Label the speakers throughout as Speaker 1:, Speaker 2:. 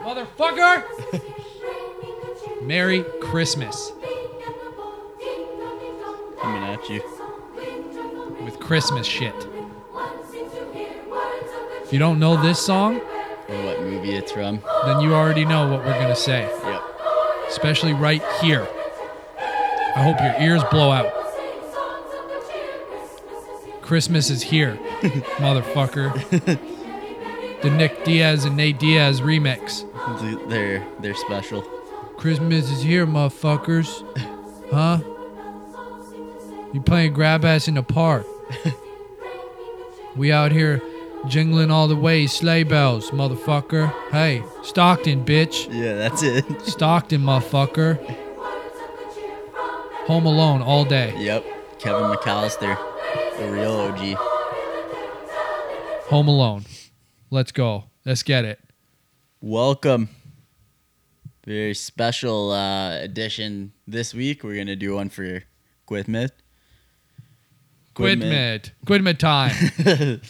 Speaker 1: motherfucker! Merry Christmas
Speaker 2: Coming at you.
Speaker 1: with Christmas shit. If you don't know this song,
Speaker 2: Or what movie it's from.
Speaker 1: then you already know what we're gonna say,
Speaker 2: Yep.
Speaker 1: especially right here. I hope your ears blow out. Christmas is here, motherfucker. the Nick Diaz and Nate Diaz remix.
Speaker 2: Th- They're they're special.
Speaker 1: Christmas is here, motherfuckers. Huh? You playing grab ass in the park. we out here jingling all the way, sleigh bells, motherfucker. Hey, Stockton, bitch.
Speaker 2: Yeah, that's it.
Speaker 1: Stockton, motherfucker. Home alone all day.
Speaker 2: yep. Kevin McAllister, the real OG.
Speaker 1: Home alone. Let's go. Let's get it.
Speaker 2: Welcome. Very special uh, edition this week. We're gonna do one for Quidmit.
Speaker 1: Quidmid. Quidmid time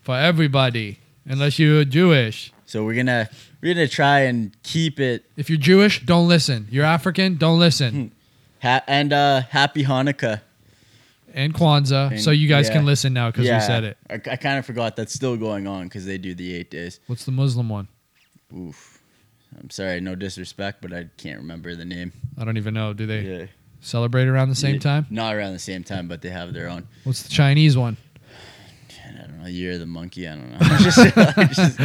Speaker 1: for everybody, unless you're Jewish.
Speaker 2: So we're gonna we're gonna try and keep it.
Speaker 1: If you're Jewish, don't listen. You're African, don't listen.
Speaker 2: Ha- and uh, happy Hanukkah.
Speaker 1: and Kwanzaa.
Speaker 2: And-
Speaker 1: so you guys
Speaker 2: yeah.
Speaker 1: can listen now because we said it.
Speaker 2: I, I kind of forgot that's still going on because they do the eight days.
Speaker 1: What's the Muslim one?
Speaker 2: Oof. I'm sorry, no disrespect, but I can't remember the name.
Speaker 1: I don't even know. Do they celebrate around the same
Speaker 2: Yeah,
Speaker 1: time?
Speaker 2: Not around the same time, but they have their own.
Speaker 1: What's the Chinese one?
Speaker 2: And I don't know. Year of the monkey. I don't know. I'm just, I'm just-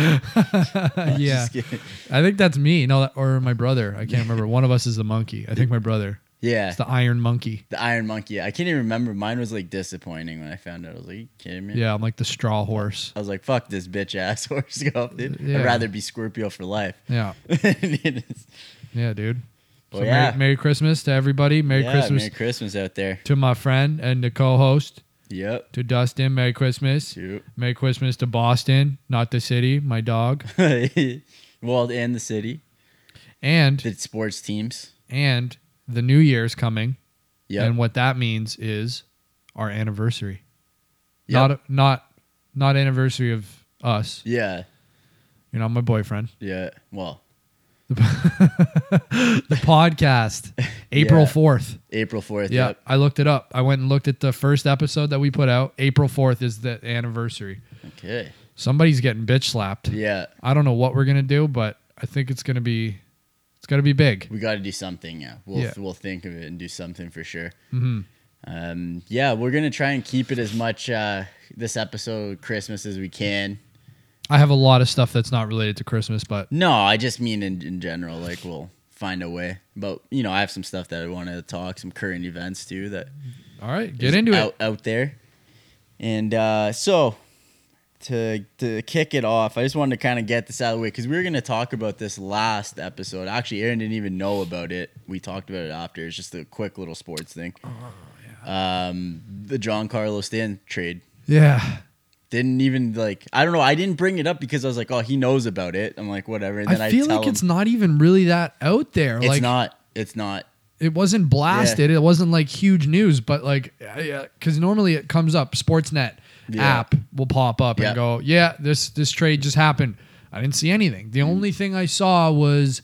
Speaker 2: I'm
Speaker 1: yeah.
Speaker 2: just kidding.
Speaker 1: I think that's me. No, that, or my brother. I can't remember. One of us is the monkey. I think my brother.
Speaker 2: yeah.
Speaker 1: It's the iron monkey.
Speaker 2: The Iron Monkey. I can't even remember. Mine was like disappointing when I found out. I was like, Are you kidding me?
Speaker 1: Yeah, I'm like the straw horse.
Speaker 2: I was like, fuck this bitch ass horse up, dude.
Speaker 1: Yeah.
Speaker 2: I'd rather be Scorpio for life.
Speaker 1: Yeah. Yeah, dude. So
Speaker 2: Well, Oh, yeah.
Speaker 1: Merry, Merry Christmas to everybody. Merry
Speaker 2: Yeah,
Speaker 1: Christmas
Speaker 2: Merry Christmas out there.
Speaker 1: to my friend and the co-host,
Speaker 2: Yep.
Speaker 1: to Dustin. Merry Christmas.
Speaker 2: Shoot.
Speaker 1: Merry Christmas to Boston, not the city, my dog.
Speaker 2: well, and the city,
Speaker 1: And
Speaker 2: the sports teams.
Speaker 1: and the new year's coming.
Speaker 2: Yep.
Speaker 1: And what that means is our anniversary.
Speaker 2: Yep.
Speaker 1: Not not not anniversary of us.
Speaker 2: yeah.
Speaker 1: You're not my boyfriend.
Speaker 2: Yeah. Well,
Speaker 1: The podcast, April
Speaker 2: Yeah.
Speaker 1: 4th.
Speaker 2: April 4th.
Speaker 1: Yeah,
Speaker 2: Yep.
Speaker 1: I looked it up. I went and looked at the first episode that we put out. April 4th is the anniversary.
Speaker 2: Okay.
Speaker 1: Somebody's getting bitch slapped.
Speaker 2: Yeah.
Speaker 1: I don't know what we're going to do, but I think it's going to be it's going to be big.
Speaker 2: We got to do something. Yeah. We'll,
Speaker 1: Yeah.
Speaker 2: we'll think of it and do something for sure.
Speaker 1: hmm
Speaker 2: Um, yeah. We're going to try and keep it as much uh, this episode Christmas as we can.
Speaker 1: I have a lot of stuff that's not related to Christmas, but
Speaker 2: No, I just mean in, in general. Like, we'll find a way. But, you know, I have some stuff that I want to talk, some current events too that
Speaker 1: all right,
Speaker 2: is
Speaker 1: get into
Speaker 2: out,
Speaker 1: it.
Speaker 2: out there. And uh, so to to kick it off, I just wanted to kind of get this out of the way because we were going to talk about this last episode. Actually, Aaron didn't even know about it. We talked about it after. It's just a quick little sports thing.
Speaker 1: Oh,
Speaker 2: Um, the John Carlos Stan trade
Speaker 1: Yeah.
Speaker 2: didn't even like. I don't know. I didn't bring it up because I was like, oh, he knows about it. I'm like, whatever. And then I,
Speaker 1: I feel
Speaker 2: tell
Speaker 1: like
Speaker 2: him,
Speaker 1: it's not even really that out there.
Speaker 2: it's
Speaker 1: like
Speaker 2: not. It's not.
Speaker 1: it wasn't blasted. It wasn't like huge news, but like because normally it comes up. Sportsnet
Speaker 2: Yeah.
Speaker 1: app will pop up
Speaker 2: Yeah.
Speaker 1: and go, yeah, this this trade just happened. I didn't see anything.
Speaker 2: Mm.
Speaker 1: The only thing I saw was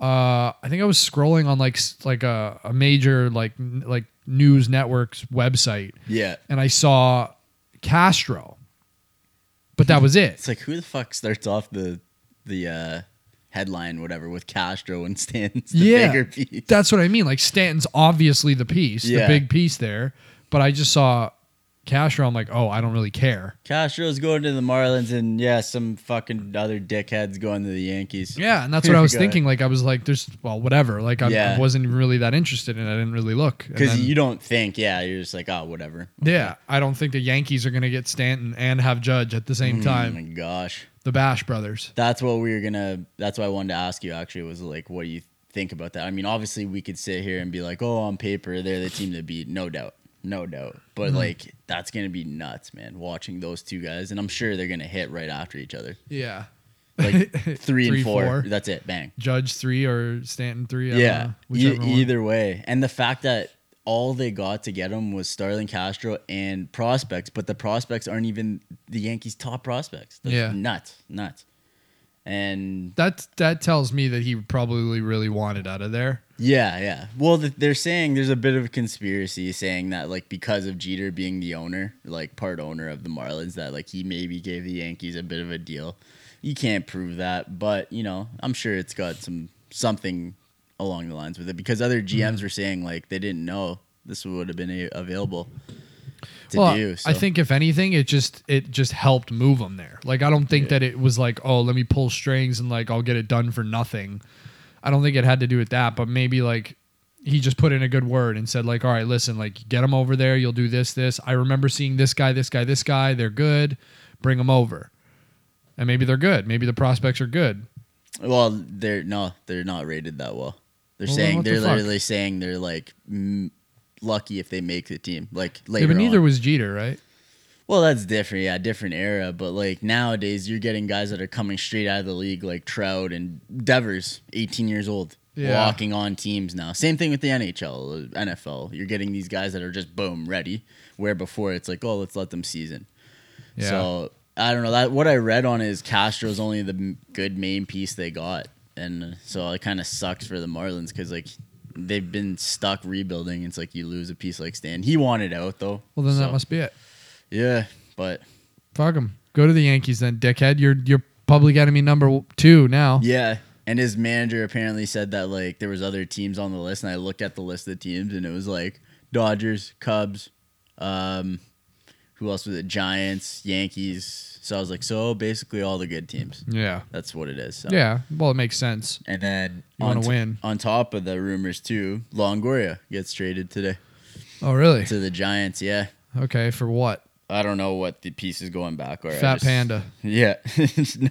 Speaker 1: uh, I think I was scrolling on like s- like a, a major like n- like news network's website,
Speaker 2: Yeah.
Speaker 1: and I saw Castro, but that was it.
Speaker 2: It's like who the fuck starts off the the uh, headline whatever with Castro and Stan's the
Speaker 1: Yeah.
Speaker 2: bigger piece.
Speaker 1: That's what I mean. Like Stanton's obviously the piece, the
Speaker 2: Yeah.
Speaker 1: big piece there. But I just saw Castro. I'm like, oh, I don't really care.
Speaker 2: Castro's going to the Marlins and yeah, some fucking other dickheads going to the Yankees.
Speaker 1: Yeah, and that's what I was
Speaker 2: Got it.
Speaker 1: thinking. Like I was like, there's well, whatever. Like I,
Speaker 2: Yeah.
Speaker 1: I wasn't even really that interested, and I didn't really look. And
Speaker 2: Because
Speaker 1: then-
Speaker 2: you don't think, yeah, you're just like, oh, whatever.
Speaker 1: yeah, I don't think the Yankees are gonna get Stanton and have Judge at the same
Speaker 2: Oh my
Speaker 1: time.
Speaker 2: gosh,
Speaker 1: The Bash brothers.
Speaker 2: that's what we were gonna. That's what I wanted to ask you. Actually, was like, what do you think about that? I mean, obviously, we could sit here and be like, oh, on paper, they're the team to beat, no doubt, no doubt. But
Speaker 1: Mm-hmm.
Speaker 2: like, that's gonna be nuts, man. Watching those two guys, and I'm sure they're gonna hit right after each other.
Speaker 1: Yeah,
Speaker 2: like three,
Speaker 1: Three,
Speaker 2: and four.
Speaker 1: four.
Speaker 2: That's it. Bang.
Speaker 1: Judge three or Stanton three. I don't
Speaker 2: yeah.
Speaker 1: know,
Speaker 2: E-
Speaker 1: whichever one.
Speaker 2: either way, and the fact that all they got to get him was Starling Castro and prospects, but the prospects aren't even the Yankees' top prospects. That's
Speaker 1: Yeah.
Speaker 2: Nuts. Nuts. and
Speaker 1: That that tells me that he probably really wanted out of there.
Speaker 2: yeah, yeah. Well, th- they're saying there's a bit of a conspiracy saying that like because of Jeter being the owner, like part owner of the Marlins, that like he maybe gave the Yankees a bit of a deal. You can't prove that, but you know, I'm sure it's got some something along the lines with it because
Speaker 1: Mm-hmm.
Speaker 2: other GMs were saying like they didn't know this would have been a- available to
Speaker 1: well,
Speaker 2: do. So.
Speaker 1: I think if anything, it just it just helped move him there. Like I don't think that it was like, oh, let me pull strings and like I'll get it done for nothing. I don't think it had to do with that, but maybe like he just put in a good word and said like, all right, listen, like get him over there. You'll do this, this. I remember seeing this guy, this guy, this guy. They're good. Bring them over, and maybe they're good. Maybe the prospects are good.
Speaker 2: Well, they're no, they're not rated that well. They're
Speaker 1: Well, then
Speaker 2: saying
Speaker 1: what the
Speaker 2: they're
Speaker 1: fuck?
Speaker 2: literally saying they're like m- lucky if they make the team. Like
Speaker 1: Yeah,
Speaker 2: later
Speaker 1: but neither
Speaker 2: on.
Speaker 1: was Jeter, right?
Speaker 2: Well, that's different. Yeah, different era. But like nowadays, you're getting guys that are coming straight out of the league, like Trout and Devers, 18 years old,
Speaker 1: Yeah.
Speaker 2: walking on teams now. Same thing with the NHL, uh, NFL. You're getting these guys that are just boom ready. Where before it's like, oh, let's let them season.
Speaker 1: Yeah.
Speaker 2: So I don't know that what I read on is Castro's only the m- good main piece they got, and uh, so it kind of sucks for the Marlins because like they've been stuck rebuilding. It's like you lose a piece like Stan. He wanted out though.
Speaker 1: well, then
Speaker 2: so-
Speaker 1: that must be it.
Speaker 2: yeah, but
Speaker 1: Fuck him. Go to the Yankees then, dickhead. You're you're public enemy number two now.
Speaker 2: yeah. And his manager apparently said that like there was other teams on the list, and I looked at the list of teams, and it was like Dodgers, Cubs, um, who else was it? Giants, Yankees. So I was like, so basically all the good teams.
Speaker 1: Yeah.
Speaker 2: That's what it is. So.
Speaker 1: Yeah. Well, it makes sense.
Speaker 2: And then
Speaker 1: You
Speaker 2: on
Speaker 1: wanna
Speaker 2: t-
Speaker 1: win.
Speaker 2: On top of the rumors too, Longoria gets traded today
Speaker 1: Oh, really?
Speaker 2: to the Giants. Yeah,
Speaker 1: Okay. For what?
Speaker 2: I don't know what the piece is going back or I
Speaker 1: Fat
Speaker 2: just-
Speaker 1: Panda.
Speaker 2: Yeah,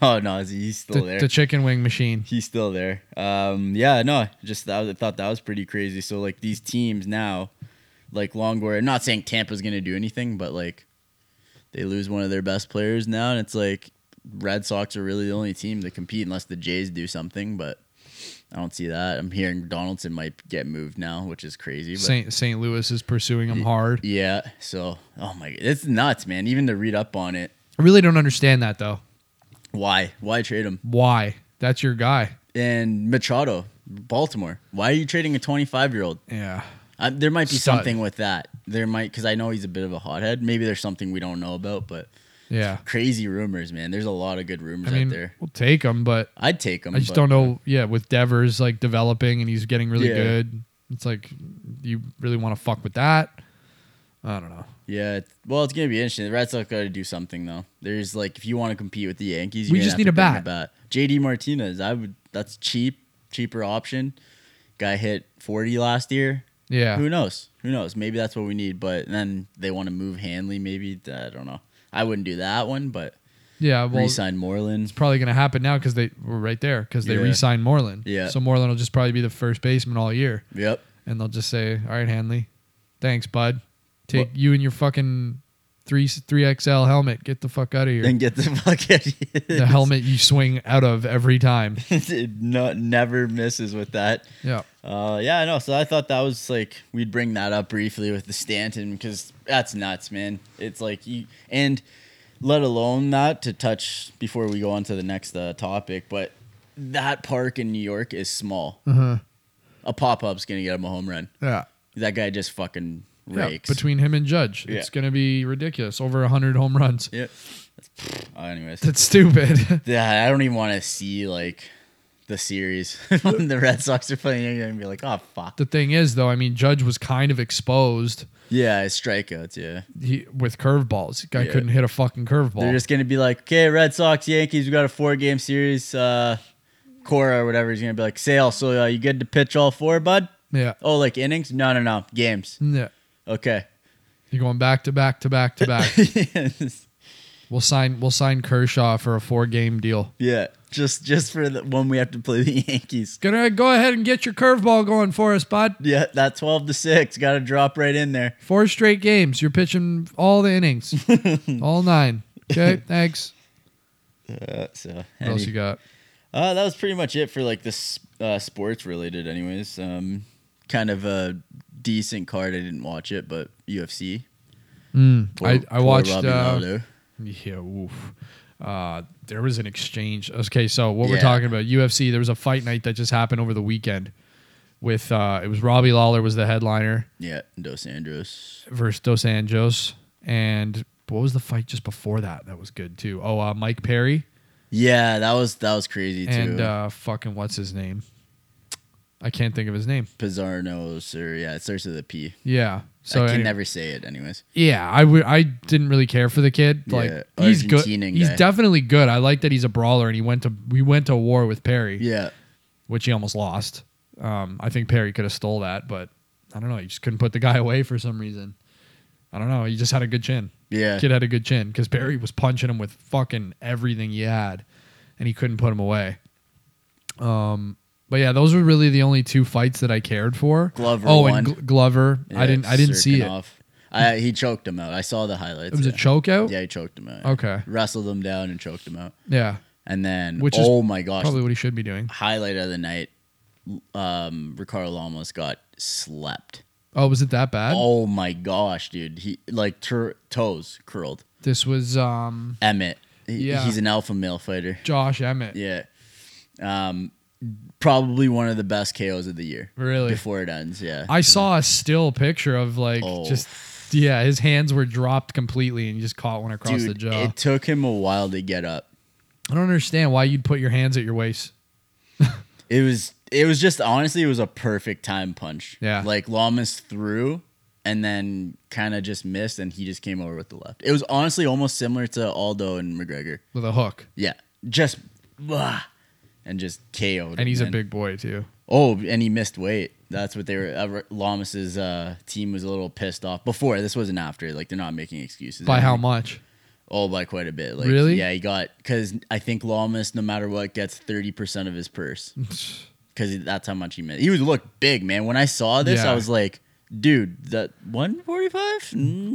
Speaker 2: no, no, he's
Speaker 1: The,
Speaker 2: still there.
Speaker 1: the chicken wing machine.
Speaker 2: he's still there. Um, yeah, no, just that was, I thought that was pretty crazy. So like these teams now, like Longoria. Not saying Tampa's gonna do anything, but like they lose one of their best players now, and it's like Red Sox are really the only team that compete unless the Jays do something. But I don't see that. I'm hearing Donaldson might get moved now, which is crazy. But
Speaker 1: St. St. Louis is pursuing him hard.
Speaker 2: yeah, so oh my, god, it's nuts, man. Even to read up on it,
Speaker 1: I really don't understand that though.
Speaker 2: why, why trade him?
Speaker 1: Why? That's your guy.
Speaker 2: And Machado, Baltimore. Why are you trading a 25 year old?
Speaker 1: Yeah.
Speaker 2: I, there might be
Speaker 1: Stud.
Speaker 2: something with that. There might because I know he's a bit of a hothead. Maybe there's something we don't know about, but
Speaker 1: Yeah.
Speaker 2: crazy rumors, man. There's a lot of good rumors
Speaker 1: I mean,
Speaker 2: out there.
Speaker 1: we'll take him, but
Speaker 2: I'd take him.
Speaker 1: I just
Speaker 2: but-
Speaker 1: don't know. Yeah, with Devers like developing and he's getting really
Speaker 2: Yeah.
Speaker 1: good, it's like you really want to fuck with that. I don't know.
Speaker 2: Yeah, it- well, it's gonna be interesting. The Red Sox got to do something though. There's like if you want to compete with the Yankees, you're
Speaker 1: We
Speaker 2: gonna
Speaker 1: just
Speaker 2: have
Speaker 1: need
Speaker 2: to
Speaker 1: a
Speaker 2: bring
Speaker 1: bat.
Speaker 2: JD Martinez, I would. That's cheap, cheaper option. Guy hit 40 last year.
Speaker 1: Yeah.
Speaker 2: Who knows? Who knows? Maybe that's what we need. But then they want to move Hanley. Maybe I don't know. I wouldn't do that one, but
Speaker 1: Yeah. Well,
Speaker 2: resign Moreland.
Speaker 1: it's probably going to happen now because they were right there because they
Speaker 2: Yeah.
Speaker 1: re-signed Moreland.
Speaker 2: Yeah.
Speaker 1: So Moreland will just probably be the first baseman all year,
Speaker 2: Yep.
Speaker 1: and they'll just say, "All right, Hanley, thanks, bud. Take you and your fucking three three XL helmet. Get the fuck out of here.
Speaker 2: Then get the fuck out of here.
Speaker 1: the helmet you swing out of every time.
Speaker 2: Dude, no, never misses with that.
Speaker 1: Yeah.
Speaker 2: Uh, yeah, I know. So I thought that was like we'd bring that up briefly with the Stanton because that's nuts, man. It's like you and let alone that to touch before we go on to the next uh, topic, but that park in New York is small.
Speaker 1: Uh-huh.
Speaker 2: A pop up's gonna get him a home run.
Speaker 1: Yeah.
Speaker 2: That guy just fucking
Speaker 1: Yeah,
Speaker 2: rakes.
Speaker 1: between him and Judge,
Speaker 2: Yeah.
Speaker 1: it's gonna be ridiculous. Over hundred home runs.
Speaker 2: yeah. Uh, anyways,
Speaker 1: That's stupid.
Speaker 2: Yeah, I don't even want to see like the series when the Red Sox are playing. You're gonna be like, oh fuck.
Speaker 1: the thing is, though, I mean, Judge was kind of exposed
Speaker 2: Yeah, it's strikeouts. Yeah,
Speaker 1: he, with curveballs. Guy
Speaker 2: Yeah.
Speaker 1: couldn't hit a fucking
Speaker 2: they're
Speaker 1: curveball.
Speaker 2: just gonna be like, okay, Red Sox, Yankees, we got a four game series. Uh, Cora or whatever is gonna be like, Sale. So uh, you good to pitch all four, bud?
Speaker 1: yeah.
Speaker 2: Oh, like innings? No, no, no, games.
Speaker 1: Yeah.
Speaker 2: Okay.
Speaker 1: You're going back to back to back to back. We'll sign we'll sign Kershaw for a four game deal.
Speaker 2: yeah, just just for the when we have to play the Yankees.
Speaker 1: Gonna go ahead and get your curveball going for us, bud.
Speaker 2: Yeah, that twelve to six got to drop right in there.
Speaker 1: Four straight games. You're pitching all the innings. all nine. Okay, thanks.
Speaker 2: Uh, so
Speaker 1: What else
Speaker 2: any-
Speaker 1: you got?
Speaker 2: Uh, that was pretty much it for like this uh, sports related, anyways. Um, kind of a decent card. I didn't watch it, but UFC.
Speaker 1: Mm,
Speaker 2: Poor-
Speaker 1: I, I
Speaker 2: poor
Speaker 1: watched
Speaker 2: Robbie
Speaker 1: uh,
Speaker 2: Lawler.
Speaker 1: Yeah, oof. uh, there was an exchange. Okay, so what we're
Speaker 2: Yeah.
Speaker 1: talking about UFC, there was a fight night that just happened over the weekend. With uh, it was Robbie Lawler was the headliner
Speaker 2: Yeah, Dos Andros.
Speaker 1: versus Dos Anjos, and what was the fight just before that? That was good too. Oh, uh, Mike Perry
Speaker 2: Yeah, that was that was crazy too.
Speaker 1: and uh, fucking what's his name? I can't think of his name.
Speaker 2: Pizarnos or yeah, it starts with a P.
Speaker 1: Yeah.
Speaker 2: So
Speaker 1: So
Speaker 2: I can
Speaker 1: any-
Speaker 2: never say it, anyways.
Speaker 1: Yeah, I would. I didn't really care for the kid. Like
Speaker 2: Yeah,
Speaker 1: he's good.
Speaker 2: Argentinian
Speaker 1: He's
Speaker 2: guy.
Speaker 1: definitely good. I like that he's a brawler, and he went to we went to war with Perry,
Speaker 2: Yeah,
Speaker 1: which he almost lost. Um, I think Perry could have stole that, but I don't know. He just couldn't put the guy away for some reason. I don't know. He just had a good chin.
Speaker 2: yeah,
Speaker 1: Kid had a good chin because Perry was punching him with fucking everything he had, and he couldn't put him away. Um, but yeah, those were really the only two fights that I cared for.
Speaker 2: Glover
Speaker 1: Oh,
Speaker 2: won.
Speaker 1: and Gl- Glover.
Speaker 2: Yeah,
Speaker 1: I didn't. I didn't see it.
Speaker 2: Serkinov. I, he choked him out. I saw the highlights.
Speaker 1: It was
Speaker 2: yeah.
Speaker 1: a choke out.
Speaker 2: Yeah, he choked him out. yeah.
Speaker 1: Okay.
Speaker 2: Wrestled him down and choked him out.
Speaker 1: Yeah.
Speaker 2: And then,
Speaker 1: Which is
Speaker 2: oh my gosh,
Speaker 1: Probably what he should be doing.
Speaker 2: highlight of the night, um, Ricardo Almost got slept.
Speaker 1: Oh, was it that bad?
Speaker 2: Oh my gosh, dude. He like tur- toes curled.
Speaker 1: This was um,
Speaker 2: Emmett. He-
Speaker 1: Yeah.
Speaker 2: He's an alpha male fighter.
Speaker 1: Josh Emmett.
Speaker 2: Yeah. Um, probably one of the best KOs of the year.
Speaker 1: Really?
Speaker 2: Before it ends, yeah.
Speaker 1: I saw a still picture of like
Speaker 2: Oh.
Speaker 1: just yeah, his hands were dropped completely and he just caught one across the
Speaker 2: Dude,
Speaker 1: jaw.
Speaker 2: it took him a while to get up.
Speaker 1: I don't understand why you'd put your hands at your waist.
Speaker 2: It was it was just honestly it was a perfect time punch.
Speaker 1: Yeah.
Speaker 2: Like Lamas threw and then kind of just missed and he just came over with the left. It was honestly almost similar to Aldo and McGregor.
Speaker 1: With a hook,
Speaker 2: Yeah. Just blah, and just KO'd.
Speaker 1: and he's
Speaker 2: man.
Speaker 1: a big boy too.
Speaker 2: Oh, and he missed weight. That's what they were. Uh, Lamas's uh, team was a little pissed off before. This wasn't after. Like they're not making excuses.
Speaker 1: By
Speaker 2: They're
Speaker 1: how
Speaker 2: like-
Speaker 1: much?
Speaker 2: Oh, by quite a bit. Like,
Speaker 1: Really?
Speaker 2: Yeah, he got because I think Lamas, no matter what, gets thirty percent of his purse because that's how much he missed. He was look big, man. When I saw this,
Speaker 1: Yeah.
Speaker 2: I was like, dude, that one forty five.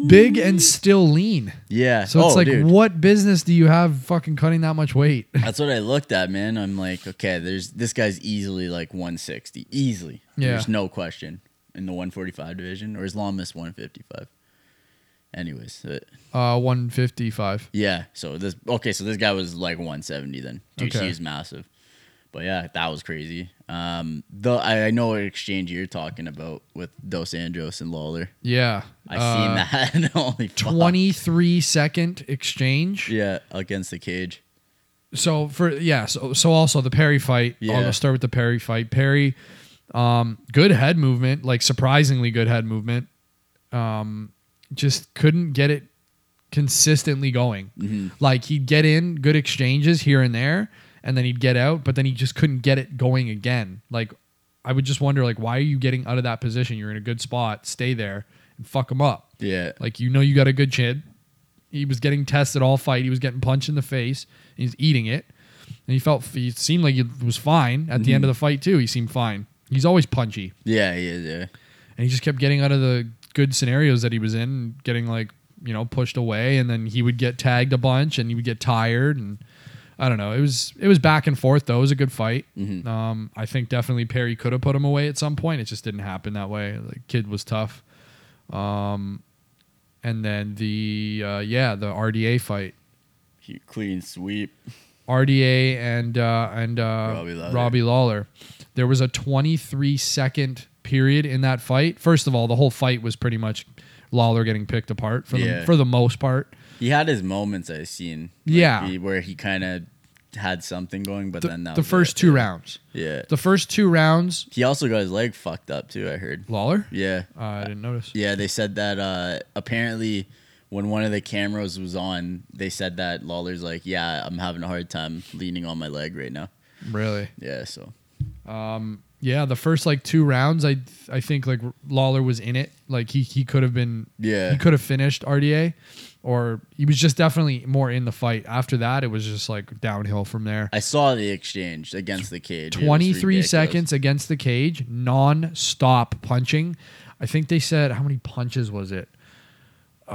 Speaker 1: Big and still lean.
Speaker 2: Yeah.
Speaker 1: So it's
Speaker 2: Oh,
Speaker 1: like,
Speaker 2: dude.
Speaker 1: what business do you have fucking cutting that much weight?
Speaker 2: That's what I looked at, man. I'm like, okay, there's this guy's easily like 160, easily.
Speaker 1: Yeah.
Speaker 2: There's no question in the 145 division, or is Lamas 155? Anyways, uh,
Speaker 1: Uh, one fifty five.
Speaker 2: yeah. So this okay, so this guy was like 170 then. Dude,
Speaker 1: Okay.
Speaker 2: he was massive. But yeah, that was crazy. Um, the I, I know what exchange you're talking about with Dos Anjos and Lawler.
Speaker 1: Yeah.
Speaker 2: I
Speaker 1: Uh,
Speaker 2: seen that. and Holy fuck.
Speaker 1: 23 second exchange.
Speaker 2: Yeah, against the cage.
Speaker 1: So for yeah, so so also the Perry fight.
Speaker 2: Yeah.
Speaker 1: I'll start with the Perry fight. Perry, um, good head movement, like surprisingly good head movement. Um, just couldn't get it consistently going.
Speaker 2: Mm-hmm.
Speaker 1: Like he'd get in good exchanges here and there, and then he'd get out, but then he just couldn't get it going again. Like I would just wonder, like, why are you getting out of that position? You're in a good spot. Stay there and fuck him up.
Speaker 2: Yeah.
Speaker 1: Like you know, you got a good chin. He was getting tested all fight. He was getting punched in the face. He's eating it, and he felt he seemed like he was fine at the end of the fight too. He seemed fine. He's always punchy,
Speaker 2: Yeah, yeah, yeah.
Speaker 1: and he just kept getting out of the good scenarios that he was in, getting like you know pushed away, and then he would get tagged a bunch, and he would get tired, and I don't know. It was it was back and forth though. It was a good fight. Um, I think definitely Perry could have put him away at some point. It just didn't happen that way. The kid was tough. Um, and then the uh, yeah the RDA fight.
Speaker 2: He clean sweep.
Speaker 1: RDA and uh, and uh,
Speaker 2: Robbie Lawler.
Speaker 1: Robbie Lawler. There was a 23 second period in that fight. First of all, the whole fight was pretty much Lawler getting picked apart for the,
Speaker 2: Yeah.
Speaker 1: for the most part.
Speaker 2: He had his moments I've seen. like,
Speaker 1: Yeah.
Speaker 2: he- where he kind of had something going, but
Speaker 1: The,
Speaker 2: then that
Speaker 1: the
Speaker 2: was
Speaker 1: first
Speaker 2: it.
Speaker 1: two rounds.
Speaker 2: Yeah.
Speaker 1: The first two rounds,
Speaker 2: He also got his leg fucked up too. I heard.
Speaker 1: Lawler.
Speaker 2: Yeah.
Speaker 1: Uh, I didn't notice.
Speaker 2: Yeah. They said that uh, apparently when one of the cameras was on, they said that Lawler's like, "Yeah, I'm having a hard time leaning on my leg right now."
Speaker 1: Really.
Speaker 2: Yeah. So.
Speaker 1: Yeah, the first like two rounds, I I think like Lawler was in it. Like he he could have been
Speaker 2: Yeah.
Speaker 1: he could have finished RDA, or he was just definitely more in the fight. After that, it was just like downhill from there.
Speaker 2: I saw the exchange against the cage. It was
Speaker 1: 23
Speaker 2: ridiculous.
Speaker 1: seconds against the cage, non-stop punching. I think they said how many punches was it? Uh,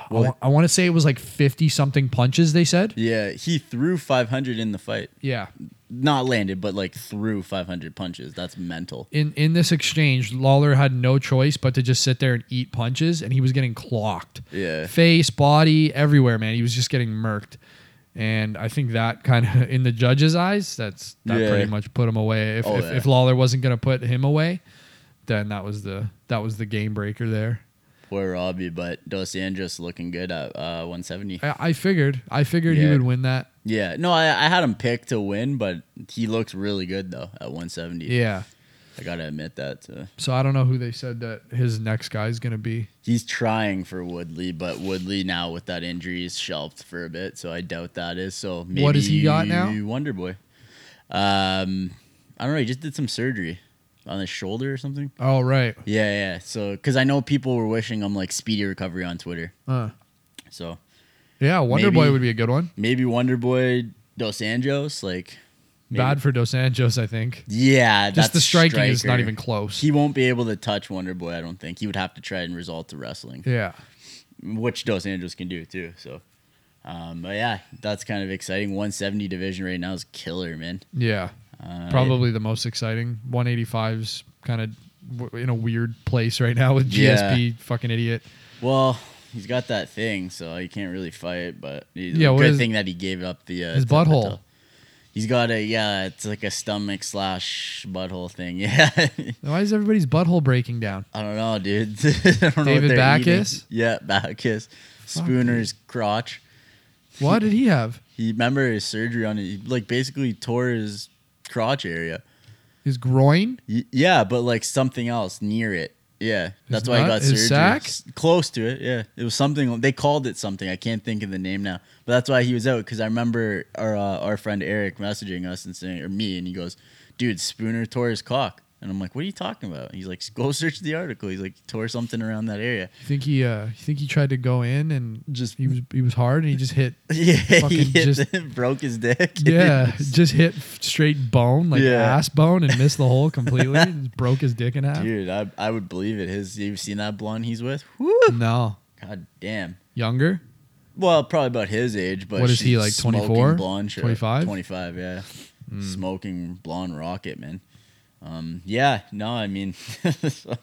Speaker 1: I
Speaker 2: Well-
Speaker 1: want to say it was like 50 something punches they said.
Speaker 2: Yeah, he threw 500 in the fight.
Speaker 1: Yeah.
Speaker 2: Not landed, but like threw 500 punches. That's mental.
Speaker 1: In in this exchange, Lawler had no choice but to just sit there and eat punches and he was getting clocked.
Speaker 2: Yeah.
Speaker 1: Face, body, everywhere, man. He was just getting murked. And I think that kind of, in the judge's eyes, that's that
Speaker 2: Yeah.
Speaker 1: pretty much put him away. If
Speaker 2: Oh,
Speaker 1: if,
Speaker 2: yeah.
Speaker 1: if Lawler wasn't gonna put him away, then that was the that was the game breaker there.
Speaker 2: Poor Robbie, but Dos Anjos looking good at uh, 170.
Speaker 1: I, I figured I figured he
Speaker 2: Yeah.
Speaker 1: would win that.
Speaker 2: Yeah, no, I, I had him picked to win, but he looked really good though at 170.
Speaker 1: Yeah.
Speaker 2: I gotta admit that. Too.
Speaker 1: So I don't know who they said that his next guy is gonna be.
Speaker 2: He's trying for Woodley, but Woodley now with that injury is shelved for a bit, so I doubt that is. So maybe
Speaker 1: What has he got now?
Speaker 2: Wonder Boy. Um, I don't know. He just did some surgery on his shoulder or something.
Speaker 1: Oh right.
Speaker 2: Yeah, yeah. So because I know people were wishing him like speedy recovery on Twitter.
Speaker 1: Uh,
Speaker 2: So
Speaker 1: yeah, Wonder
Speaker 2: Maybe-
Speaker 1: Boy would be a good one.
Speaker 2: maybe Wonder Boy Dos Anjos, like maybe-
Speaker 1: Bad for Dos Anjos, I think.
Speaker 2: Yeah,
Speaker 1: Just
Speaker 2: that's
Speaker 1: the striking is not
Speaker 2: striker.
Speaker 1: even close.
Speaker 2: He won't be able to touch Wonder Boy, I don't think. He would have to try and resort to wrestling,
Speaker 1: yeah.
Speaker 2: which Dos Anjos can do too. So, um, but yeah, that's kind of exciting. 170 division right now is killer, man.
Speaker 1: Yeah.
Speaker 2: Uh,
Speaker 1: Probably the most exciting. 185's kind of w- in a weird place right now with GSP, fucking idiot.
Speaker 2: Well, he's got that thing, so he can't really fight. But he's
Speaker 1: Yeah,
Speaker 2: yeah,
Speaker 1: what
Speaker 2: good
Speaker 1: is-
Speaker 2: thing that he gave up the uh,
Speaker 1: His
Speaker 2: the- the-
Speaker 1: butthole.
Speaker 2: He's got a yeah, it's like a stomach slash butthole thing. Yeah,
Speaker 1: Why is everybody's butthole breaking down?
Speaker 2: I don't know, dude. I don't know what
Speaker 1: David
Speaker 2: they're
Speaker 1: Backus?
Speaker 2: Eating. Yeah, Backus. Spooner's crotch.
Speaker 1: What did he have?
Speaker 2: He remember his surgery on it. He, like basically tore his crotch area.
Speaker 1: His groin?
Speaker 2: Y- yeah, but like something else near it. Yeah, that's why
Speaker 1: nut?
Speaker 2: I got
Speaker 1: His
Speaker 2: surgery.
Speaker 1: sack?
Speaker 2: S- Close to it. Yeah, it was something. They called it something. I can't think of the name now. But that's why he was out because I remember our uh, our friend Eric messaging us and saying, or me, and he goes, "Dude, Spooner tore his cock." And I'm like, "What are you talking about?" He's like, "Go search the article." He's like, "Tore something around that area."
Speaker 1: You think he? Uh, you think he tried to go in and
Speaker 2: Just-
Speaker 1: he was he was hard and he just hit.
Speaker 2: Yeah, he
Speaker 1: Fucking
Speaker 2: hit
Speaker 1: just-
Speaker 2: the- broke his dick.
Speaker 1: Yeah, just hit straight bone like
Speaker 2: Yeah.
Speaker 1: ass bone and missed the hole completely. and just broke his dick in half.
Speaker 2: Dude, I, I would believe it. His you've seen that blonde he's with? Woo!
Speaker 1: No,
Speaker 2: God damn.
Speaker 1: younger.
Speaker 2: Well, probably about his age, but
Speaker 1: What is he,
Speaker 2: she's
Speaker 1: like, Hmm.
Speaker 2: smoking
Speaker 1: 24?
Speaker 2: blonde shit.
Speaker 1: 25?
Speaker 2: 25, yeah. Smoking blonde rocket, man. Um, yeah, no, I mean fuck.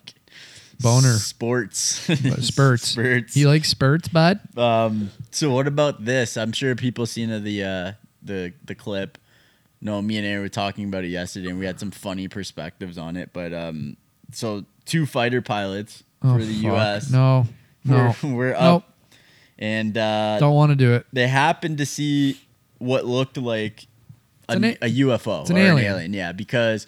Speaker 1: Boner.
Speaker 2: sports
Speaker 1: Spurts.
Speaker 2: spurts.
Speaker 1: He likes spurts, bud.
Speaker 2: um, so what about this? I'm sure people seen uh, the uh, the the clip. No, me and Aaron were talking about it yesterday, and we had some funny perspectives on it. But um, so two fighter pilots
Speaker 1: Oh,
Speaker 2: for the
Speaker 1: fuck.
Speaker 2: U.S.
Speaker 1: No, no,
Speaker 2: we're, we're
Speaker 1: Nope.
Speaker 2: up, and uh,
Speaker 1: don't want to do it.
Speaker 2: they happened to see what looked like a,
Speaker 1: an
Speaker 2: a,
Speaker 1: a-
Speaker 2: UFO
Speaker 1: it's an
Speaker 2: or
Speaker 1: alien.
Speaker 2: an alien. Yeah, because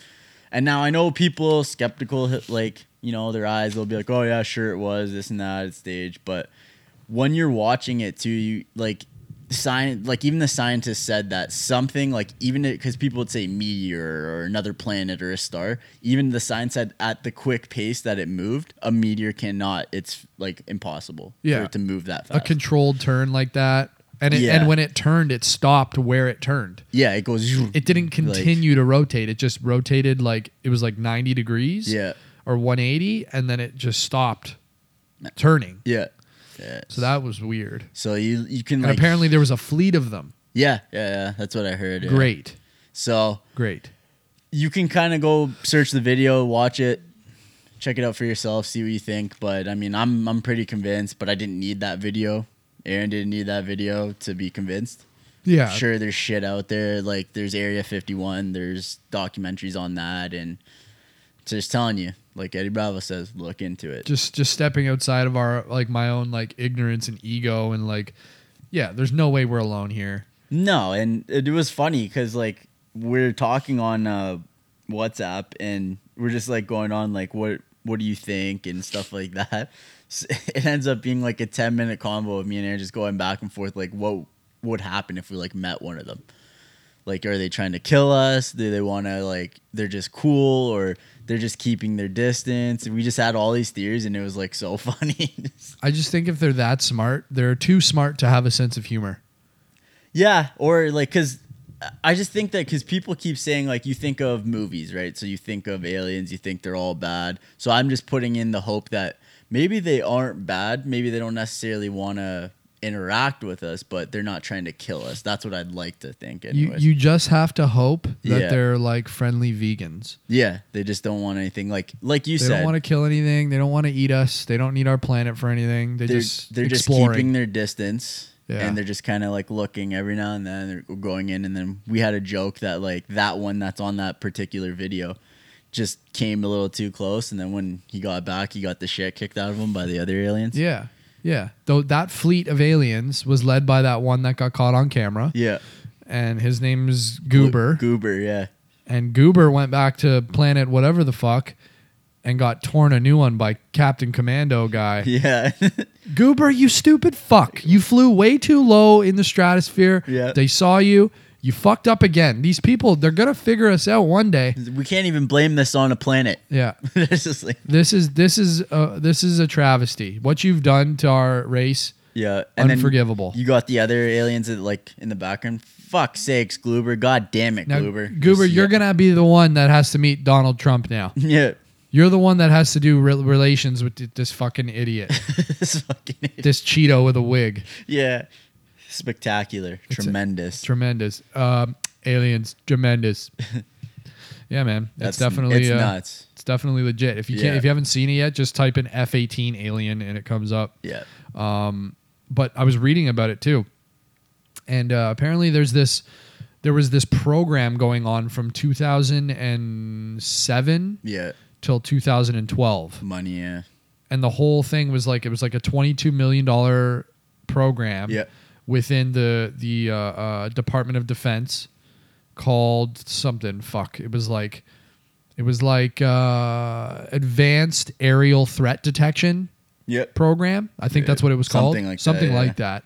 Speaker 2: and now I know people skeptical like you know their eyes they'll be like, oh yeah, sure it was this and that it's staged, but when you're watching it too, you like sign like even the scientists said that something like even because people would say meteor or another planet or a star even the science said at the quick pace that it moved a meteor cannot it's like impossible
Speaker 1: Yeah.
Speaker 2: for it to move that
Speaker 1: A
Speaker 2: fast
Speaker 1: controlled turn like that, and it,
Speaker 2: Uh, Yeah.
Speaker 1: and when it turned, it stopped where it turned.
Speaker 2: yeah it goes
Speaker 1: It didn't
Speaker 2: Like-
Speaker 1: continue to rotate. It just rotated like it was like ninety degrees,
Speaker 2: Yeah.
Speaker 1: or one eighty, and then it just stopped turning.
Speaker 2: Yeah. Yeah.
Speaker 1: So that was weird.
Speaker 2: So you you can
Speaker 1: And
Speaker 2: like,
Speaker 1: apparently there was a fleet of them.
Speaker 2: yeah yeah yeah that's what I heard. yeah.
Speaker 1: Great,
Speaker 2: So
Speaker 1: great.
Speaker 2: you can kind of go search the video, watch it, check it out for yourself, see what you think. But I mean, I'm I'm pretty convinced. But I didn't need that video. Aaron didn't need that video to be convinced.
Speaker 1: Yeah,
Speaker 2: Sure, there's shit out there. Like there's Area 51. There's documentaries on that, and just telling you, like Eddie Bravo says, look into it.
Speaker 1: just just stepping outside of our like my own like ignorance and ego and like yeah there's no way we're alone here
Speaker 2: No, and it was funny because like we're talking on uh, WhatsApp and we're just like going on like what what do you think and stuff like that. S it ends up being like a ten minute combo of me and Aaron just going back and forth like what would happen if we like met one of them. Like, are they trying to kill us? Do they want to like? They're just cool, or they're just keeping their distance. And we just had all these theories, and it was like so funny.
Speaker 1: i just think if they're that smart they're too smart to have a sense of humor
Speaker 2: Yeah, or like because I just think that because people keep saying like you think of movies, right? So you think of aliens, you think they're all bad. So I'm just putting in the hope that maybe they aren't bad. Maybe they don't necessarily want to interact with us, but they're not trying to kill us. That's what I'd like to think.
Speaker 1: you
Speaker 2: Anyways.
Speaker 1: you just have to hope that
Speaker 2: Yeah.
Speaker 1: they're like friendly vegans
Speaker 2: yeah, they just don't want anything like like you
Speaker 1: they
Speaker 2: said.
Speaker 1: don't want to kill anything they don't want to eat us they don't need our planet for anything they
Speaker 2: they're
Speaker 1: just
Speaker 2: they're just
Speaker 1: exploring
Speaker 2: keeping their distance
Speaker 1: Yeah.
Speaker 2: and they're just kind of like looking every now and then they're going in and then we had a joke that like that one that's on that particular video just came a little too close and then when he got back he got the shit kicked out of him by the other aliens
Speaker 1: yeah. Yeah. Though that fleet of aliens was led by that one that got caught on camera,
Speaker 2: yeah
Speaker 1: and his name's Goober.
Speaker 2: goober yeah
Speaker 1: and Goober went back to planet whatever the fuck and got torn a new one by Captain Commando guy.
Speaker 2: yeah
Speaker 1: Goober, you stupid fuck. You flew way too low in the stratosphere.
Speaker 2: Yeah.
Speaker 1: They saw you. You fucked up again. These people, they're going to figure us out one day.
Speaker 2: we can't even blame this on a planet
Speaker 1: Yeah.
Speaker 2: it's just like
Speaker 1: This is this is uh this is a travesty. What you've done to our race.
Speaker 2: Yeah, and then
Speaker 1: Unforgivable.
Speaker 2: you got the other aliens that like in the background. Fuck sakes, Gloober. God damn it,
Speaker 1: Now,
Speaker 2: Gloober.
Speaker 1: Goober,
Speaker 2: Just-
Speaker 1: you're going to be the one that has to meet Donald Trump now.
Speaker 2: yeah.
Speaker 1: You're the one that has to do re- relations with th- this fucking idiot.
Speaker 2: This fucking
Speaker 1: this Cheeto with a wig.
Speaker 2: yeah, spectacular,
Speaker 1: a-
Speaker 2: tremendous.
Speaker 1: tremendous. Um, aliens, tremendous. yeah, man, it's definitely
Speaker 2: it's
Speaker 1: uh,
Speaker 2: nuts.
Speaker 1: It's definitely legit. If you
Speaker 2: Yeah.
Speaker 1: can't, if you haven't seen it yet, just type in F eighteen alien and it comes up.
Speaker 2: Yeah,
Speaker 1: But I was reading about it too, and uh, apparently there's this, there was this program going on from 2007
Speaker 2: yeah.
Speaker 1: till 2012,
Speaker 2: Money. Yeah,
Speaker 1: and the whole thing was like it was like a 22 million dollar program
Speaker 2: Yeah.
Speaker 1: within the the uh, uh, Department of Defense called something fuck it was like it was like uh, advanced aerial threat detection
Speaker 2: yep.
Speaker 1: program I think that's what it was called
Speaker 2: Something like that,
Speaker 1: something
Speaker 2: yeah.
Speaker 1: like that